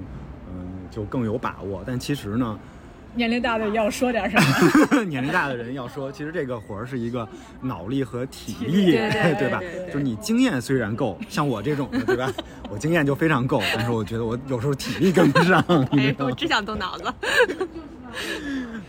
[SPEAKER 2] 嗯，就更有把握。但其实呢，
[SPEAKER 1] 年龄大的要说点什么？
[SPEAKER 2] 年龄大的人要说，其实这个活儿是一个脑力和体
[SPEAKER 1] 体力
[SPEAKER 2] 力，
[SPEAKER 1] 对对
[SPEAKER 2] 吧
[SPEAKER 3] 对对？对
[SPEAKER 2] 就是你经验虽然够，像我这种的，对吧？我经验就非常够，但是我觉得我有时候体力跟不上， 你知
[SPEAKER 3] 哎，
[SPEAKER 2] 道
[SPEAKER 3] 我
[SPEAKER 2] 吗？
[SPEAKER 3] 只想动脑子。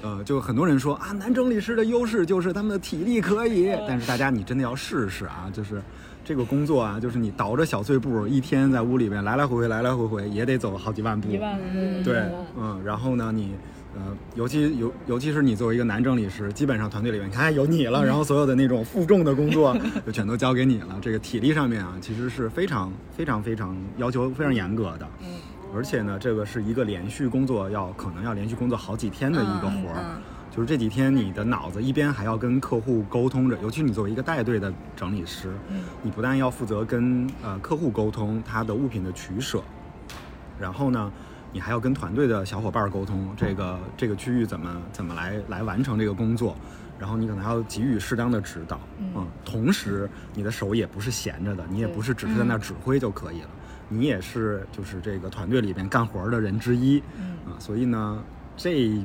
[SPEAKER 2] 呃，就很多人说啊，男整理师的优势就是他们的体力可以，但是大家你真的要试试啊，就是这个工作啊，就是你倒着小碎步，一天在屋里面来来回回，来来回回也得走好几万步，
[SPEAKER 1] 一万
[SPEAKER 3] 嗯
[SPEAKER 1] 一
[SPEAKER 2] 对
[SPEAKER 1] 万，
[SPEAKER 2] 嗯，然后呢，你，呃，尤其尤尤其是你作为一个男整理师，基本上团队里面，你看哎有你了，然后所有的那种负重的工作就全都交给你了。这个体力上面啊，其实是非常非常非常要求非常严格的，
[SPEAKER 1] 嗯
[SPEAKER 2] 而且呢，这个是一个连续工作要可能要连续工作好几天的一个活儿。
[SPEAKER 3] 嗯嗯
[SPEAKER 2] 就是这几天你的脑子一边还要跟客户沟通着，尤其你作为一个带队的整理师，
[SPEAKER 1] 嗯
[SPEAKER 2] 你不但要负责跟呃客户沟通他的物品的取舍，然后呢，你还要跟团队的小伙伴沟通这个这个区域怎么怎么来来完成这个工作，然后你可能还要给予适当的指导，
[SPEAKER 1] 嗯
[SPEAKER 2] 同时你的手也不是闲着的，你也不是只是在那儿指
[SPEAKER 1] 嗯
[SPEAKER 2] 挥就可以了，你也是就是这个团队里边干活儿的人之一，
[SPEAKER 1] 嗯
[SPEAKER 2] 啊，所以呢，这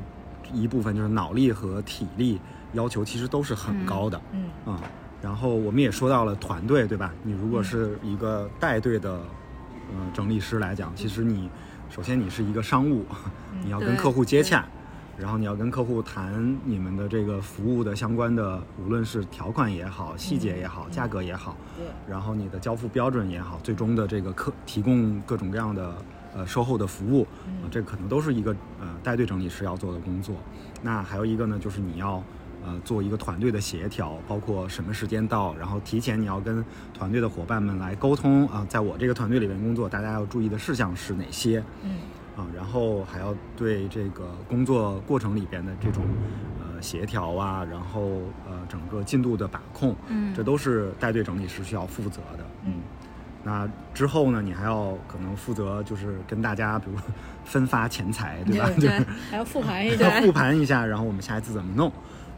[SPEAKER 2] 一部分就是脑力和体力要求其实都是很高的，
[SPEAKER 1] 嗯
[SPEAKER 2] 啊、然后我们也说到了团队，对吧？你如
[SPEAKER 3] 嗯
[SPEAKER 2] 果是一个带队的，呃，整理师来讲，其实你首先你是一个商务，
[SPEAKER 1] 嗯
[SPEAKER 2] 你要跟
[SPEAKER 3] 嗯对
[SPEAKER 2] 客户接洽，然后你要跟客户谈你们的这个服务的相关的，无论是条款也好、细节也
[SPEAKER 3] 嗯
[SPEAKER 2] 好、价格也好，
[SPEAKER 1] 对
[SPEAKER 2] 然后你的交付标准也好，最终的这个客提供各种各样的呃售后的服务，
[SPEAKER 1] 嗯
[SPEAKER 2] 呃这可能都是一个呃带队整理师要做的工作。那还有一个呢，就是你要呃做一个团队的协调，包括什么时间到，然后提前你要跟团队的伙伴们来沟通啊、在我这个团队里面工作，大家要注意的事项是哪些？
[SPEAKER 1] 嗯
[SPEAKER 2] 啊，然后还要对这个工作过程里边的这种呃协调啊，然后呃整个进度的把控，
[SPEAKER 3] 嗯
[SPEAKER 2] 这都是带队整理师需要负责的。
[SPEAKER 1] 嗯，
[SPEAKER 2] 那之后呢，你还要可能负责就是跟大家，比如分发钱财，对吧？
[SPEAKER 1] 对
[SPEAKER 2] 就是
[SPEAKER 1] 还要复盘一
[SPEAKER 2] 要
[SPEAKER 1] 下。
[SPEAKER 2] 复盘一下，然后我们下一次怎么弄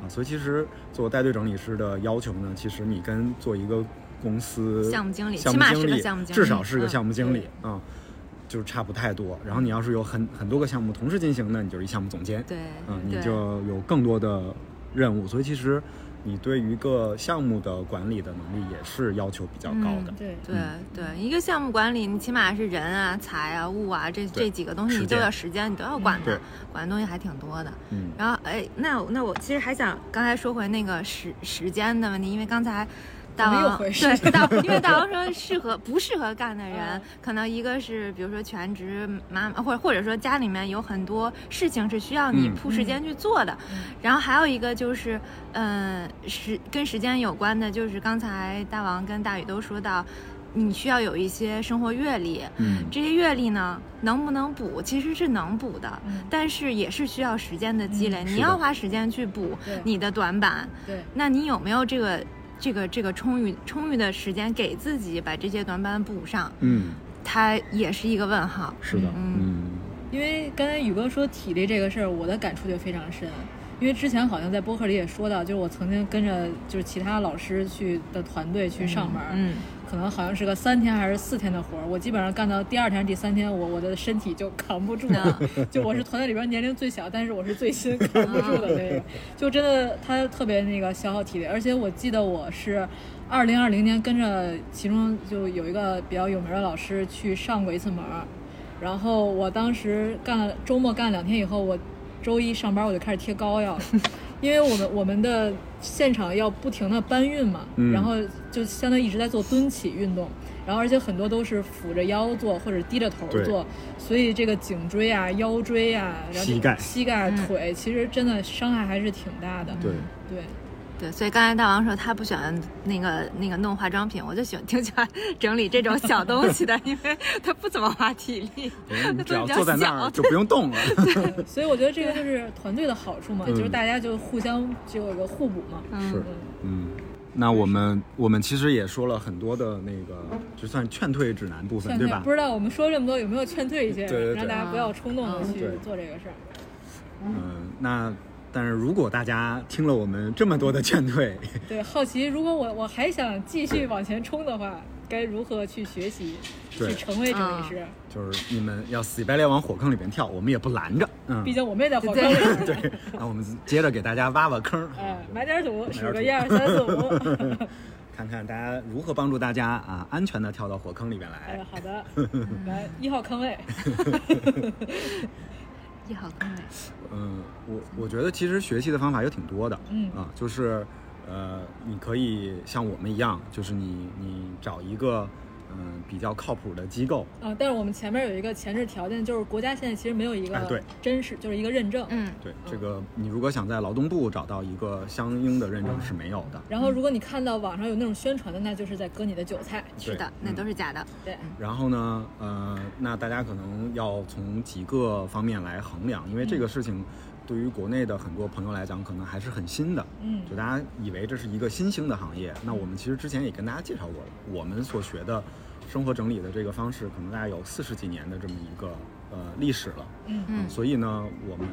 [SPEAKER 2] 啊？所以其实做带队整理师的要求呢，其实你跟做一个公司
[SPEAKER 3] 项目经理
[SPEAKER 2] 项
[SPEAKER 3] 起
[SPEAKER 2] 目
[SPEAKER 3] 码
[SPEAKER 2] 经
[SPEAKER 3] 是个
[SPEAKER 2] 理
[SPEAKER 3] 项目经
[SPEAKER 2] 至
[SPEAKER 3] 理
[SPEAKER 2] 少是个
[SPEAKER 3] 嗯
[SPEAKER 2] 项目经理啊、就是差不太多。然后你要是有很很多个项目同时进行呢，你就是一项目总监。
[SPEAKER 3] 对
[SPEAKER 2] 嗯，你
[SPEAKER 3] 对
[SPEAKER 2] 就有更多的任务。所以其实你对于一个项目的管理的能力也是要求比较高的。
[SPEAKER 1] 对
[SPEAKER 3] 对
[SPEAKER 2] 嗯
[SPEAKER 3] 对，一个项目管理，你起码是人啊、财啊、物啊这
[SPEAKER 2] 对
[SPEAKER 3] 这几个东西，
[SPEAKER 2] 时
[SPEAKER 3] 你都
[SPEAKER 2] 间嗯
[SPEAKER 3] 要时间，你都要管
[SPEAKER 2] 对
[SPEAKER 3] 的，管的东西还挺多的。
[SPEAKER 2] 嗯
[SPEAKER 3] 然后哎，那我那我其实还想刚才说回那个时时间的问题，因为刚才大
[SPEAKER 1] 怎么又
[SPEAKER 3] 王
[SPEAKER 1] 回事
[SPEAKER 3] 对大，因为大王说适合不适合干的人
[SPEAKER 1] 嗯，
[SPEAKER 3] 可能一个是比如说全职妈妈，或者或者说家里面有很多事情是需要你
[SPEAKER 2] 嗯
[SPEAKER 3] 铺时间去做的，
[SPEAKER 1] 嗯
[SPEAKER 3] 然后还有一个就是，嗯、时跟时间有关的，就是刚才大王跟大宇都说到，你需要有一些生活阅历，
[SPEAKER 2] 嗯
[SPEAKER 3] 这些阅历呢能不能补，其实是能补的，
[SPEAKER 1] 嗯
[SPEAKER 3] 但是也是需要时间的积累，
[SPEAKER 2] 嗯是
[SPEAKER 3] 你
[SPEAKER 2] 的
[SPEAKER 3] 要花时间去补
[SPEAKER 1] 对
[SPEAKER 3] 你的短板。
[SPEAKER 1] 对
[SPEAKER 3] 那你有没有这个这个这个充裕充裕的时间给自己把这些短板补上？
[SPEAKER 2] 嗯
[SPEAKER 3] 它也是一个问号。
[SPEAKER 2] 是的，嗯，
[SPEAKER 1] 因为刚才宇哥说体力这个事儿，我的感触就非常深。因为之前好像在播客里也说到，就是我曾经跟着就是其他老师去的团队去上班，
[SPEAKER 3] 嗯，
[SPEAKER 1] 可能好像是个三天还是四天的活儿，我基本上干到第二天、第三天，我我的身体就扛不住了。就我是团队里边年龄最小，但是我是最新扛不住的那个，就真的他特别那个消耗体力。而且我记得我是二零二零年跟着其中就有一个比较有名的老师去上过一次门儿，然后我当时干了周末干了两天以后，我周一上班我就开始贴膏药了。因为我们我们的现场要不停的搬运嘛，
[SPEAKER 2] 嗯
[SPEAKER 1] 然后就相当于一直在做蹲起运动，然后而且很多都是俯着腰做或者低着头
[SPEAKER 2] 对
[SPEAKER 1] 做，所以这个颈椎啊、腰椎啊，然后这
[SPEAKER 2] 膝盖
[SPEAKER 1] 膝盖、腿，其实真的伤害还是挺大的。
[SPEAKER 2] 嗯对，
[SPEAKER 1] 对，
[SPEAKER 3] 对，所以刚才大王说他不喜欢那个那个弄化妆品，我就喜欢挺喜欢整理这种小东西 的，因为他不怎么花体力。
[SPEAKER 2] 嗯你只要
[SPEAKER 3] 比较
[SPEAKER 2] 坐在那儿
[SPEAKER 3] 小
[SPEAKER 2] 就不用 动了，
[SPEAKER 1] 所以我觉得这个就是团队的好处嘛，
[SPEAKER 2] 嗯
[SPEAKER 1] 就是大家就互相就有个互补嘛。
[SPEAKER 2] 是
[SPEAKER 1] 嗯，
[SPEAKER 2] 嗯。那我们我们其实也说了很多的那个，就算劝退指南部分，
[SPEAKER 1] 劝
[SPEAKER 2] 对
[SPEAKER 1] 退
[SPEAKER 2] 吧
[SPEAKER 1] 不？知道我们说这么多有没有劝退一些人，
[SPEAKER 2] 对对对
[SPEAKER 1] 让大家不要冲动的去
[SPEAKER 2] 嗯
[SPEAKER 1] 做这个事儿。
[SPEAKER 2] 嗯，那但是如果大家听了我们这么多的劝退，
[SPEAKER 1] 对，好奇如果我我还想继续往前冲的话，该如何去学习，
[SPEAKER 2] 对
[SPEAKER 1] 去成为整理师？
[SPEAKER 2] 嗯就是你们要死乞白赖往火坑里面跳，我们也不拦着，嗯，
[SPEAKER 1] 毕竟我们也在火坑里。
[SPEAKER 2] 对，那我们接着给大家挖挖坑，
[SPEAKER 1] 哎，买点土，数
[SPEAKER 2] 土
[SPEAKER 1] 个一二三四 五。
[SPEAKER 2] 看看大家如何帮助大家啊安全的跳到火坑里面来
[SPEAKER 1] 哎，。好的，来一号坑 位。
[SPEAKER 3] 一号坑位，
[SPEAKER 2] 嗯，我我觉得其实学习的方法有挺多的，
[SPEAKER 1] 嗯
[SPEAKER 2] 啊，就是呃，你可以像我们一样，就是你你找一个嗯、比较靠谱的机构，
[SPEAKER 1] 啊，但是我们前面有一个前置条件，就是国家现在其实没有一
[SPEAKER 2] 哎对
[SPEAKER 1] 个真实，就是一个认证。
[SPEAKER 3] 嗯，
[SPEAKER 2] 对这个你如果想在劳动部找到一个相应的认证是没有的。
[SPEAKER 1] 然后，如果你看到网上有那种宣传的，那就是在割你的韭菜。
[SPEAKER 3] 是的
[SPEAKER 2] 对，
[SPEAKER 3] 那
[SPEAKER 2] 嗯
[SPEAKER 3] 都是假的。
[SPEAKER 1] 对，
[SPEAKER 2] 然后呢，呃，那大家可能要从几个方面来衡量，因为
[SPEAKER 1] 嗯
[SPEAKER 2] 这个事情对于国内的很多朋友来讲，可能还是很新的。
[SPEAKER 1] 嗯
[SPEAKER 2] 就大家以为这是一个新兴的行业，那我们其实之前也跟大家介绍过了，我们所学的生活整理的这个方式，可能大概有四十几年的这么一个呃历史了。
[SPEAKER 1] 嗯
[SPEAKER 3] 嗯
[SPEAKER 2] 所以呢，我们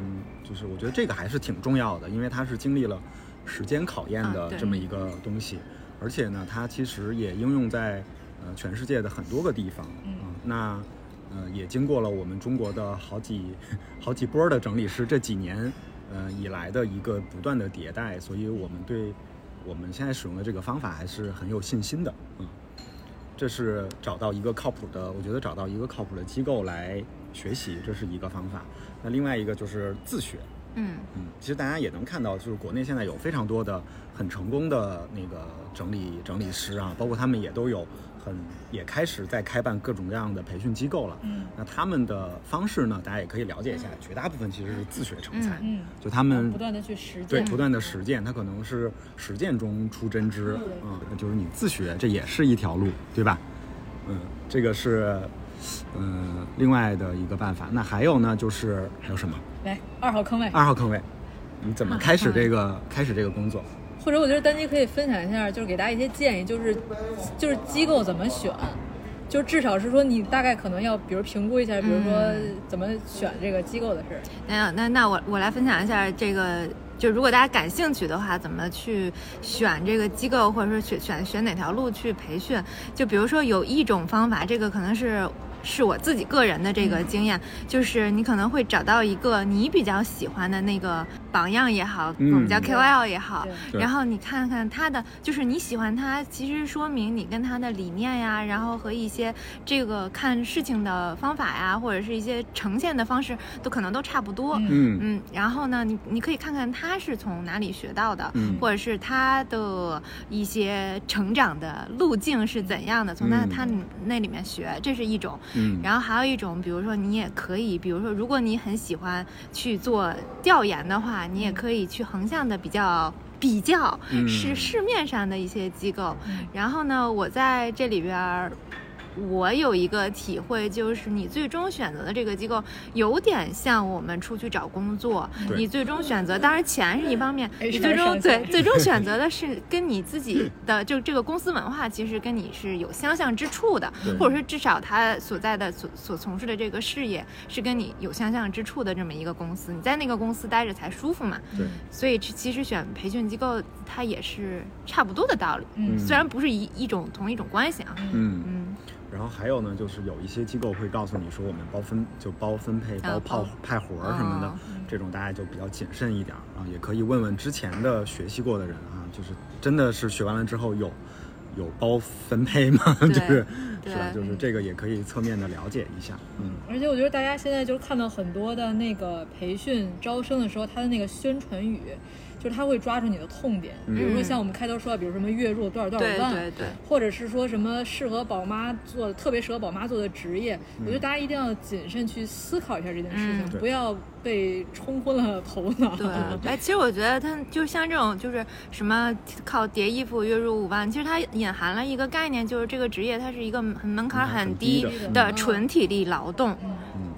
[SPEAKER 2] 就是我觉得这个还是挺重要的，因为它是经历了时间考验
[SPEAKER 3] 啊
[SPEAKER 2] 的
[SPEAKER 3] 对
[SPEAKER 2] 这么一个东西，而且呢，它其实也应用在呃全世界的很多个地方。
[SPEAKER 1] 嗯
[SPEAKER 2] 啊那呃也经过了我们中国的好几好几波的整理师这几年呃以来的一个不断的迭代，所以我们对我们现在使用的这个方法还是很有信心的。嗯。这是找到一个靠谱的，我觉得找到一个靠谱的机构来学习，这是一个方法。那另外一个就是自学，
[SPEAKER 3] 嗯，
[SPEAKER 2] 嗯，其实大家也能看到，就是国内现在有非常多的很成功的那个整理整理师啊，包括他们也都有很也开始在开办各种各样的培训机构了。
[SPEAKER 1] 嗯
[SPEAKER 2] 那他们的方式呢，大家也可以了解一下，绝大部分其实是自学成才，
[SPEAKER 1] 嗯，
[SPEAKER 2] 就他们
[SPEAKER 1] 不断的去实践。
[SPEAKER 2] 对，不断的实践，它可能是实践中出真知
[SPEAKER 1] 嗯
[SPEAKER 2] 啊、嗯，就是你自学，这也是一条路，对吧？嗯，这个是，嗯，另外的一个办法。那还有呢，就是还有什么？
[SPEAKER 1] 来二号坑位。
[SPEAKER 2] 二号坑位，你怎么开始这 个开始这个工作？
[SPEAKER 1] 或者我觉得丹妮可以分享一下，就是给大家一些建议，就是就是机构怎么选，就至少是说你大概可能要，比如评估一下，比如说
[SPEAKER 3] 嗯
[SPEAKER 1] 怎么选这个机构的事儿。
[SPEAKER 3] 那那那我我来分享一下这个，就如果大家感兴趣的话，怎么去选这个机构，或者说选选选哪条路去培训？就比如说有一种方法，这个可能是。是我自己个人的这个经验，
[SPEAKER 1] 嗯
[SPEAKER 3] 就是你可能会找到一个你比较喜欢的那个榜样也好，
[SPEAKER 2] 嗯
[SPEAKER 3] 我们叫 KOL 也好，
[SPEAKER 1] 对
[SPEAKER 2] 对
[SPEAKER 3] 然后你看看他的，就是你喜欢他，其实说明你跟他的理念呀，然后和一些这个看事情的方法呀，或者是一些呈现的方式，都可能都差不多。
[SPEAKER 1] 嗯
[SPEAKER 2] 嗯
[SPEAKER 3] 嗯，然后呢，你你可以看看他是从哪里学到的，
[SPEAKER 2] 嗯
[SPEAKER 3] 或者是他的一些成长的路径是怎样的，从他、
[SPEAKER 2] 嗯
[SPEAKER 3] 他那里面学，这是一种。
[SPEAKER 2] 嗯，
[SPEAKER 3] 然后还有一种，比如说你也可以，比如说如果你很喜欢去做调研的话，你也可以去横向的比较。比较
[SPEAKER 2] 嗯
[SPEAKER 3] 是市面上的一些机构，
[SPEAKER 1] 嗯
[SPEAKER 3] 然后呢，我在这里边儿我有一个体会，就是你最终选择的这个机构，有点像我们出去找工作，
[SPEAKER 2] 对
[SPEAKER 3] 你最终选择，当然钱是一方面，
[SPEAKER 1] HR
[SPEAKER 3] 你最终
[SPEAKER 1] 上
[SPEAKER 3] 对
[SPEAKER 1] 线
[SPEAKER 3] 最终选择的是跟你自己的就这个公司文化，其实跟你是有相像之处的
[SPEAKER 2] 对，
[SPEAKER 3] 或者是至少他所在的所所从事的这个事业是跟你有相像之处的这么一个公司，你在那个公司待着才舒服嘛。
[SPEAKER 2] 对，
[SPEAKER 3] 所以其其实选培训机构，它也是差不多的道理，
[SPEAKER 1] 嗯
[SPEAKER 3] 虽然不是一一种同一种关系啊，
[SPEAKER 2] 嗯。
[SPEAKER 3] 嗯，
[SPEAKER 2] 然后还有呢，就是有一些机构会告诉你说，我们包分就包分配、包
[SPEAKER 3] 包
[SPEAKER 2] 派派活儿什么的
[SPEAKER 3] 哦，
[SPEAKER 2] 这种大家就比较谨慎一点儿啊。也可以问问之前的学习过的人啊，就是真的是学完了之后有有包分配吗？ 就
[SPEAKER 3] 对
[SPEAKER 2] 是
[SPEAKER 3] 对
[SPEAKER 2] 是吧？就是这个也可以侧面的了解一下。 嗯，
[SPEAKER 1] 而且我觉得大家现在就是看到很多的那个培训招生的时候，他的那个宣传语，就是他会抓住你的痛点，比如说
[SPEAKER 3] 嗯
[SPEAKER 1] 像我们开头说的，比如什么月入多少多少
[SPEAKER 3] 对
[SPEAKER 1] 万，
[SPEAKER 3] 对对，
[SPEAKER 1] 或者是说什么适合宝妈做，特别适合宝妈做的职业，我觉得大家一定要谨慎去思考一下这件事
[SPEAKER 3] 嗯
[SPEAKER 1] 情，
[SPEAKER 2] 对
[SPEAKER 1] 不要被冲昏了头 脑。
[SPEAKER 3] 对
[SPEAKER 2] 对对，
[SPEAKER 3] 哎，其实我觉得它就像这种，就是什么靠叠衣服月入五万，其实它隐含了一个概念，就是这个职业它是一个很
[SPEAKER 2] 门
[SPEAKER 3] 门槛
[SPEAKER 2] 槛很
[SPEAKER 3] 很
[SPEAKER 2] 低
[SPEAKER 3] 低
[SPEAKER 2] 的嗯
[SPEAKER 3] 的纯体力劳动。
[SPEAKER 2] 嗯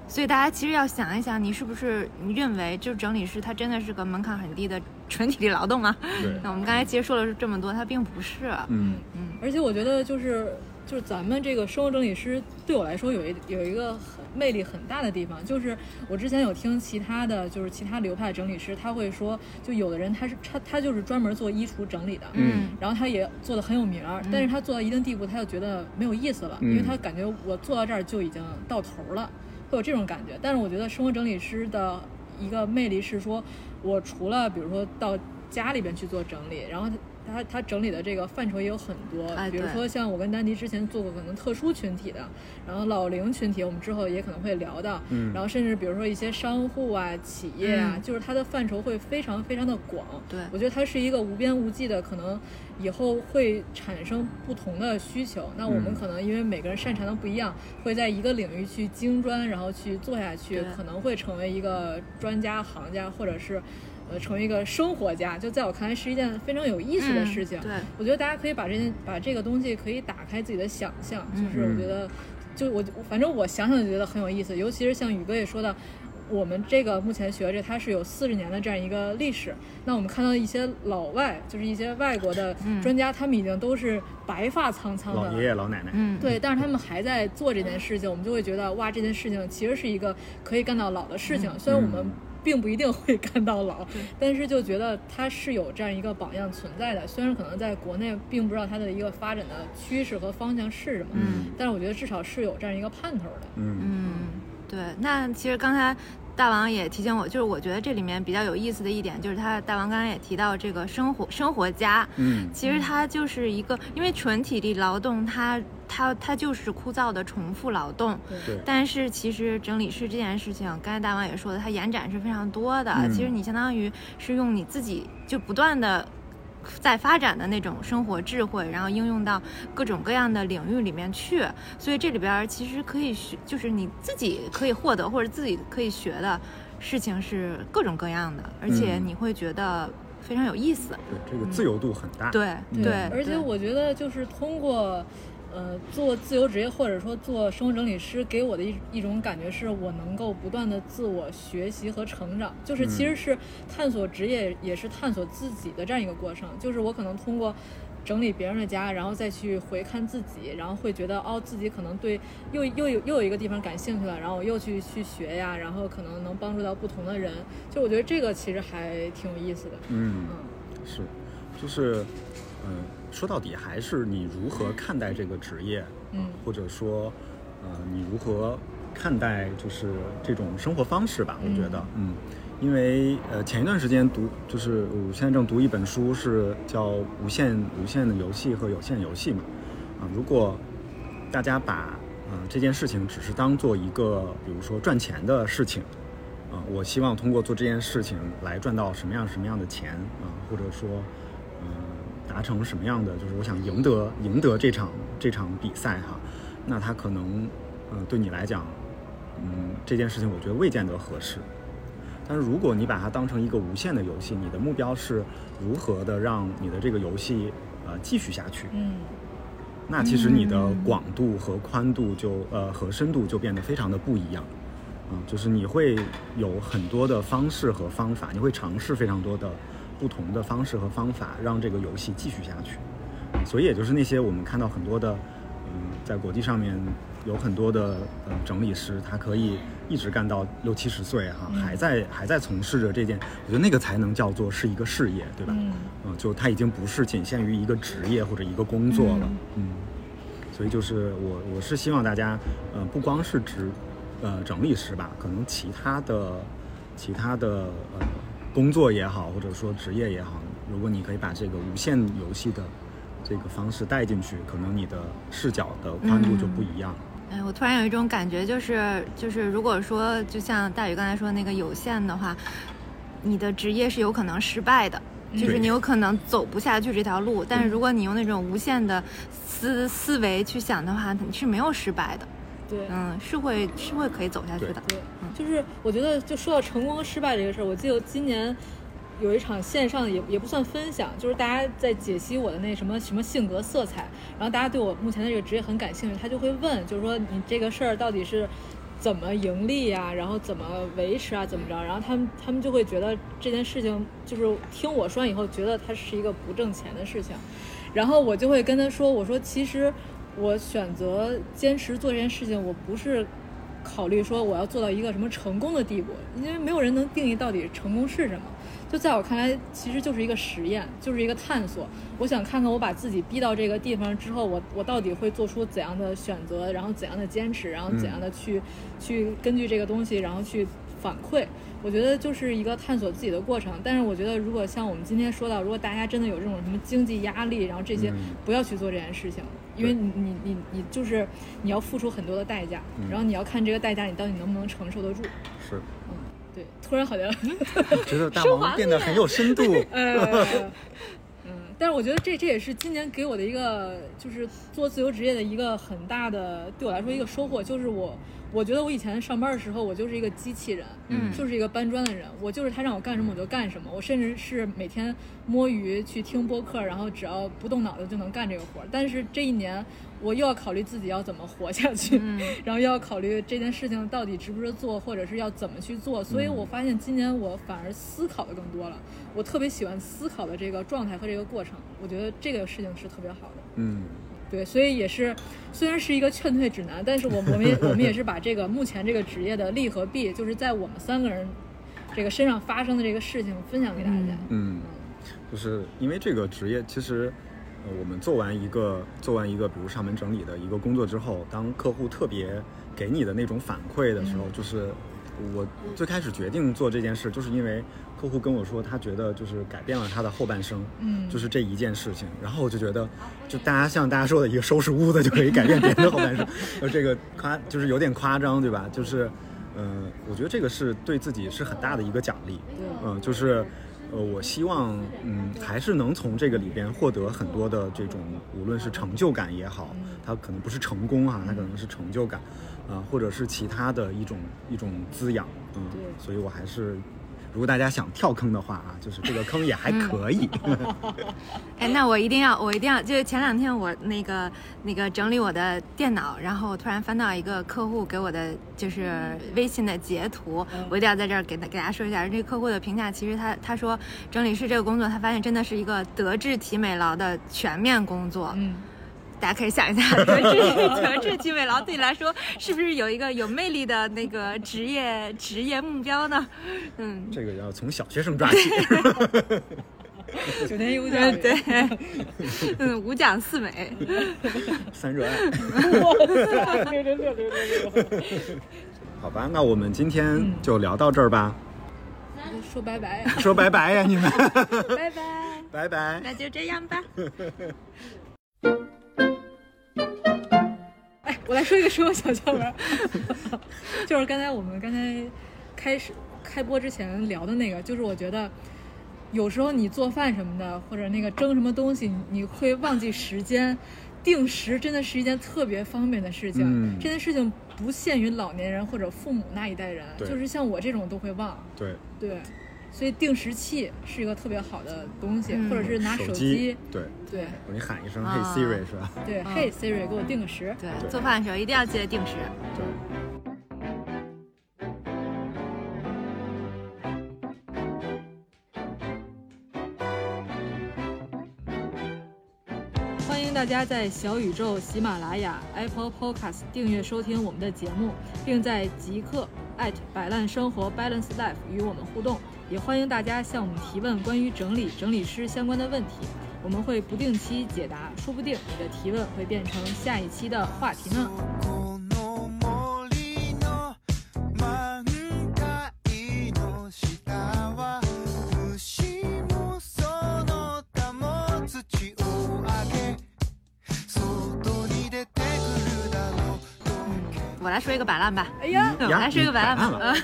[SPEAKER 3] 所以大家其实要想一想，你是不是你认为就整理师他真的是个门槛很低的纯体力劳动啊？
[SPEAKER 2] 对
[SPEAKER 3] 那我们刚才其实说了这么多，它并不是。
[SPEAKER 2] 嗯
[SPEAKER 1] 而且我觉得就是就是咱们这个生活整理师对我来说有一有一个很魅力很大的地方，就是我之前有听其他的就是其他流派的整理师，他会说，就有的人他是他他就是专门做衣橱整理的。
[SPEAKER 2] 嗯
[SPEAKER 1] 然后他也做的很有名儿，但是他做到一定地步，他就觉得没有意思了，因为
[SPEAKER 2] 嗯
[SPEAKER 1] 他感觉我做到这儿就已经到头儿了，会有这种感觉。但是我觉得生活整理师的一个魅力是说，我除了比如说到家里边去做整理，然后他他他整理的这个范畴也有很多，
[SPEAKER 3] 哎
[SPEAKER 1] 比如
[SPEAKER 3] 对
[SPEAKER 1] 说像我跟丹迪之前做过可能特殊群体的，然后老龄群体，我们之后也可能会聊到，
[SPEAKER 2] 嗯
[SPEAKER 1] 然后甚至比如说一些商户啊、企业啊，
[SPEAKER 3] 嗯
[SPEAKER 1] 就是它的范畴会非常非常的广。
[SPEAKER 3] 对
[SPEAKER 1] 我觉得它是一个无边无际的，可能以后会产生不同的需求。那我们
[SPEAKER 2] 嗯
[SPEAKER 1] 可能因为每个人擅长的不一样，会在一个领域去精专，然后去做下去
[SPEAKER 3] 对，
[SPEAKER 1] 可能会成为一个专家、行家，或者是呃成为一个生活家。就在我看来，是一件非常有意思的
[SPEAKER 3] 嗯
[SPEAKER 1] 事情。
[SPEAKER 3] 对，
[SPEAKER 1] 我觉得大家可以把这件把这个东西可以打开自己的想象，就是我觉得，就我反正我想想就觉得很有意思，尤其是像宇哥也说到。我们这个目前学这，它是有四十年的这样一个历史。那我们看到一些老外，就是一些外国的
[SPEAKER 3] 嗯
[SPEAKER 1] 专家，他们已经都是白发苍苍的，
[SPEAKER 2] 老爷爷老奶奶，
[SPEAKER 3] 嗯，
[SPEAKER 1] 对，但是他们还在做这件事情，我们就会觉得哇，这件事情其实是一个可以干到老的事情。虽然我们
[SPEAKER 2] 嗯
[SPEAKER 1] 并不一定会干到老，但是就觉得它是有这样一个榜样存在的。虽然可能在国内并不知道它的一个发展的趋势和方向是什么，
[SPEAKER 3] 嗯
[SPEAKER 1] 但是我觉得至少是有这样一个盼头的。
[SPEAKER 2] 嗯
[SPEAKER 3] 嗯，对，那其实刚才大王也提醒我，就是我觉得这里面比较有意思的一点，就是他大王刚才也提到这个生活生活家，
[SPEAKER 2] 嗯
[SPEAKER 3] 其实它就是一个，因为纯体力劳动它，它它就是枯燥的重复劳动。
[SPEAKER 2] 对
[SPEAKER 3] 但是其实整理师这件事情，刚才大王也说了，它延展是非常多的。
[SPEAKER 2] 嗯
[SPEAKER 3] 其实你相当于是用你自己就不断的在发展的那种生活智慧，然后应用到各种各样的领域里面去。所以这里边儿其实可以学，就是你自己可以获得或者自己可以学的事情是各种各样的，而且
[SPEAKER 2] 嗯
[SPEAKER 3] 你会觉得非常有意思。
[SPEAKER 2] 对，这个自由度很大。
[SPEAKER 3] 对
[SPEAKER 1] 对，
[SPEAKER 3] 对，
[SPEAKER 1] 而且
[SPEAKER 3] 对
[SPEAKER 1] 我觉得就是通过，呃，做自由职业或者说做生活整理师，给我的一一种感觉是我能够不断的自我学习和成长，就是其实是探索职业，也是探索自己的这样一个过程。就是我可能通过。整理别人的家，然后再去回看自己，然后会觉得哦，自己可能对又又有又有一个地方感兴趣了，然后我又去去学呀，然后可能能帮助到不同的人。就我觉得这个其实还挺有意思的，
[SPEAKER 2] 嗯
[SPEAKER 1] 嗯。
[SPEAKER 2] 是，就是，嗯、说到底还是你如何看待这个职业，
[SPEAKER 1] 嗯
[SPEAKER 2] 或者说，呃，你如何看待就是这种生活方式吧？我觉得，嗯，因为呃，前一段时间读，就是我现在正读一本书，是叫《无限无限的游戏》和《有限游戏》嘛，啊、如果大家把呃这件事情只是当做一个，比如说赚钱的事情，啊、我希望通过做这件事情来赚到什么样什么样的钱啊、或者说，嗯、达成什么样的，就是我想赢得赢得这场这场比赛哈，那它可能，呃，对你来讲，嗯，这件事情我觉得未见得合适。但是如果你把它当成一个无限的游戏，你的目标是如何的让你的这个游戏呃继续下去，
[SPEAKER 1] 嗯
[SPEAKER 2] 那其实你的广度和宽度就呃和深度就变得非常的不一样，嗯，就是你会有很多的方式和方法，你会尝试非常多的不同的方式和方法，让这个游戏继续下去。嗯所以也就是那些我们看到很多的，嗯，在国际上面有很多的呃整理师，他可以一直干到六七十岁
[SPEAKER 1] 嗯
[SPEAKER 2] 哈、还在还在从事着这件，我觉得那个才能叫做是一个事业，对吧？
[SPEAKER 1] 嗯
[SPEAKER 2] 嗯，就它已经不是仅限于一个职业或者一个工作了，嗯，所以就是我我是希望大家，呃，不光是职，呃，整理师吧，可能其他的呃其他的呃工作也好，或者说职业也好，如果你可以把这个无限游戏的这个方式带进去，可能你的视角的宽度就不一样了。
[SPEAKER 3] 哎，我突然有一种感觉，就是就是，如果说就像大宇刚才说那个有限的话，你的职业是有可能失败的，
[SPEAKER 1] 嗯
[SPEAKER 3] 就是
[SPEAKER 2] 对
[SPEAKER 3] 你有可能走不下去这条路。但是如果你用那种无限的思思维去想的话，你是没有失败的，
[SPEAKER 1] 对。
[SPEAKER 3] 嗯，是会是会可以走下去的。
[SPEAKER 1] 对，就是我觉得就说到成功和失败这个事儿，我记得今年有一场线上也也不算分享，就是大家在解析我的那什么什么性格色彩，然后大家对我目前的这个职业很感兴趣，他就会问，就是说你这个事儿到底是。怎么盈利呀、然后怎么维持啊？怎么着？然后他们他们就会觉得这件事情就是听我说完以后，觉得它是一个不挣钱的事情。然后我就会跟他说：“我说其实我选择坚持做这件事情，我不是考虑说我要做到一个什么成功的地步，因为没有人能定义到底成功是什么。就在我看来，其实就是一个实验，就是一个探索。我想看看我把自己逼到这个地方之后，我我到底会做出怎样的选择，然后怎样的坚持，然后怎样
[SPEAKER 2] 嗯
[SPEAKER 1] 的去、去根据这个东西，然后去反馈。我觉得就是一个探索自己的过程。但是我觉得，如果像我们今天说到，如果大家真的有这种什么经济压力，然后这些，
[SPEAKER 2] 嗯
[SPEAKER 1] 不要去做这件事情，因为
[SPEAKER 2] 对
[SPEAKER 1] 你你你你就是你要付出很多的代价，
[SPEAKER 2] 嗯
[SPEAKER 1] 然后你要看这个代价你到底能不能承受得住。
[SPEAKER 2] 是，
[SPEAKER 1] 对，突然好像，
[SPEAKER 2] 觉得大王变得很有深度。
[SPEAKER 1] 呃， 嗯，但是我觉得这这也是今年给我的一个，就是做自由职业的一个很大的对我来说一个收获，就是我我觉得我以前上班的时候，我就是一个机器人，
[SPEAKER 3] 嗯
[SPEAKER 1] 就是一个搬砖的人，我就是他让我干什么我就干什么，我甚至是每天摸鱼去听播客，然后只要不动脑子就能干这个活儿。但是这一年我又要考虑自己要怎么活下去，
[SPEAKER 3] 嗯
[SPEAKER 1] 然后又要考虑这件事情到底值不值做，或者是要怎么去做。所以我发现今年我反而思考的更多了，我特别喜欢思考的这个状态和这个过程，我觉得这个事情是特别好的。
[SPEAKER 2] 嗯，
[SPEAKER 1] 对，所以也是，虽然是一个劝退指南，但是我我们也我们也是把这个目前这个职业的利和弊，就是在我们三个人这个身上发生的这个事情分享给大家。
[SPEAKER 2] 嗯，就是因为这个职业，其实，呃，我们做完一个做完一个，比如上门整理的一个工作之后，当客户特别给你的那种反馈的时候，就是我最开始决定做这件事，就是因为客户跟我说，他觉得就是改变了他的后半生，
[SPEAKER 1] 嗯
[SPEAKER 2] 就是这一件事情。然后我就觉得，就大家像大家说的一个收拾屋子就可以改变别人的后半生， 呃，这个夸就是有点夸张，对吧？就是，嗯、我觉得这个是对自己是很大的一个奖励。
[SPEAKER 1] 对，
[SPEAKER 2] 嗯，就是，呃，我希望，嗯，还是能从这个里边获得很多的这种，无论是成就感也好，它可能不是成功啊，它可能是成就感，啊、或者是其他的一种一种滋养，嗯，
[SPEAKER 1] 对
[SPEAKER 2] 所以我还是，如果大家想跳坑的话啊，就是这个坑也
[SPEAKER 1] 嗯
[SPEAKER 2] 还 可以，
[SPEAKER 3] 哎，那我一定要，我一定要，就是前两天我那个那个整理我的电脑，然后我突然翻到一个客户给我的就是微信的截图，
[SPEAKER 1] 嗯
[SPEAKER 3] 我一定要在这儿给大给大家说一下，这个客户的评价，其实他他说整理师这个工作，他发现真的是一个德智体美劳的全面工作，
[SPEAKER 1] 嗯，
[SPEAKER 3] 大家可以想一下，德 智德智体美劳对你来说是不是有一个有魅力的那个职业职业目标呢？ 嗯，
[SPEAKER 2] 这个要从小学生抓起，
[SPEAKER 1] 九年义务教育，
[SPEAKER 3] 对 对，嗯，五讲四美。
[SPEAKER 2] 三热爱。
[SPEAKER 1] 哇塞，六六六六六六。
[SPEAKER 2] 好吧，那我们今天
[SPEAKER 1] 嗯
[SPEAKER 2] 就聊到这儿 吧，
[SPEAKER 1] 说拜拜，
[SPEAKER 2] 说拜拜呀、你们，
[SPEAKER 1] 拜拜。
[SPEAKER 2] 拜拜。
[SPEAKER 3] 那就这样吧。
[SPEAKER 1] 哎，我来说一个实用小窍门儿， 就是刚才我们刚才开始开播之前聊的那个，就是我觉得有时候你做饭什么的，或者那个蒸什么东西，你你会忘记时间。定时真的是一件特别方便的事情，
[SPEAKER 2] 嗯
[SPEAKER 1] 这件事情不限于老年人或者父母那一代人，
[SPEAKER 2] 对
[SPEAKER 1] 就是像我这种都会忘。
[SPEAKER 2] 对，
[SPEAKER 1] 对，所以定时器是一个特别好的东西，
[SPEAKER 3] 嗯
[SPEAKER 1] 或者是拿手
[SPEAKER 2] 手
[SPEAKER 1] 机，
[SPEAKER 2] 对，
[SPEAKER 1] 对
[SPEAKER 2] 你喊一声
[SPEAKER 3] 啊
[SPEAKER 2] “Hey Siri” 是吧？
[SPEAKER 1] 对，
[SPEAKER 3] 嗯
[SPEAKER 1] 嘿 Siri 给我定个时。
[SPEAKER 3] 对，
[SPEAKER 2] 对
[SPEAKER 3] 做饭的时候一定要记得定时。
[SPEAKER 2] 对。
[SPEAKER 1] 欢迎大家在小宇宙、喜马拉雅、Apple Podcast 订阅收听我们的节目，并在极客摆烂生活 Balance Life 与我们互动。也欢迎大家向我们提问关于整理、整理师相关的问题，我们会不定期解答，说不定你的提问会变成下一期的话题呢。
[SPEAKER 4] 「この森の満開の下は」「虫もその他も土をあげ」「外に出てくるだろう」
[SPEAKER 3] 我来说一个摆烂吧。嗯
[SPEAKER 1] 哎呀，
[SPEAKER 3] 对我来说一个摆烂吧
[SPEAKER 2] 你摆烂，
[SPEAKER 3] 呃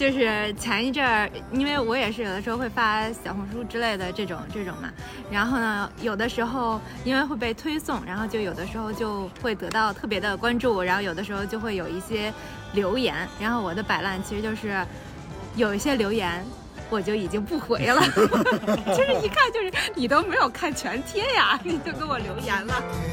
[SPEAKER 3] 就是前一阵儿，因为我也是有的时候会发小红书之类的这种这种嘛，然后呢，有的时候因为会被推送，然后就有的时候就会得到特别的关注，然后有的时候就会有一些留言，然后我的摆烂其实就是有一些留言。我就已经不回 了，就是一看就是你都没有看全贴呀，你就给我留言了。
[SPEAKER 4] 「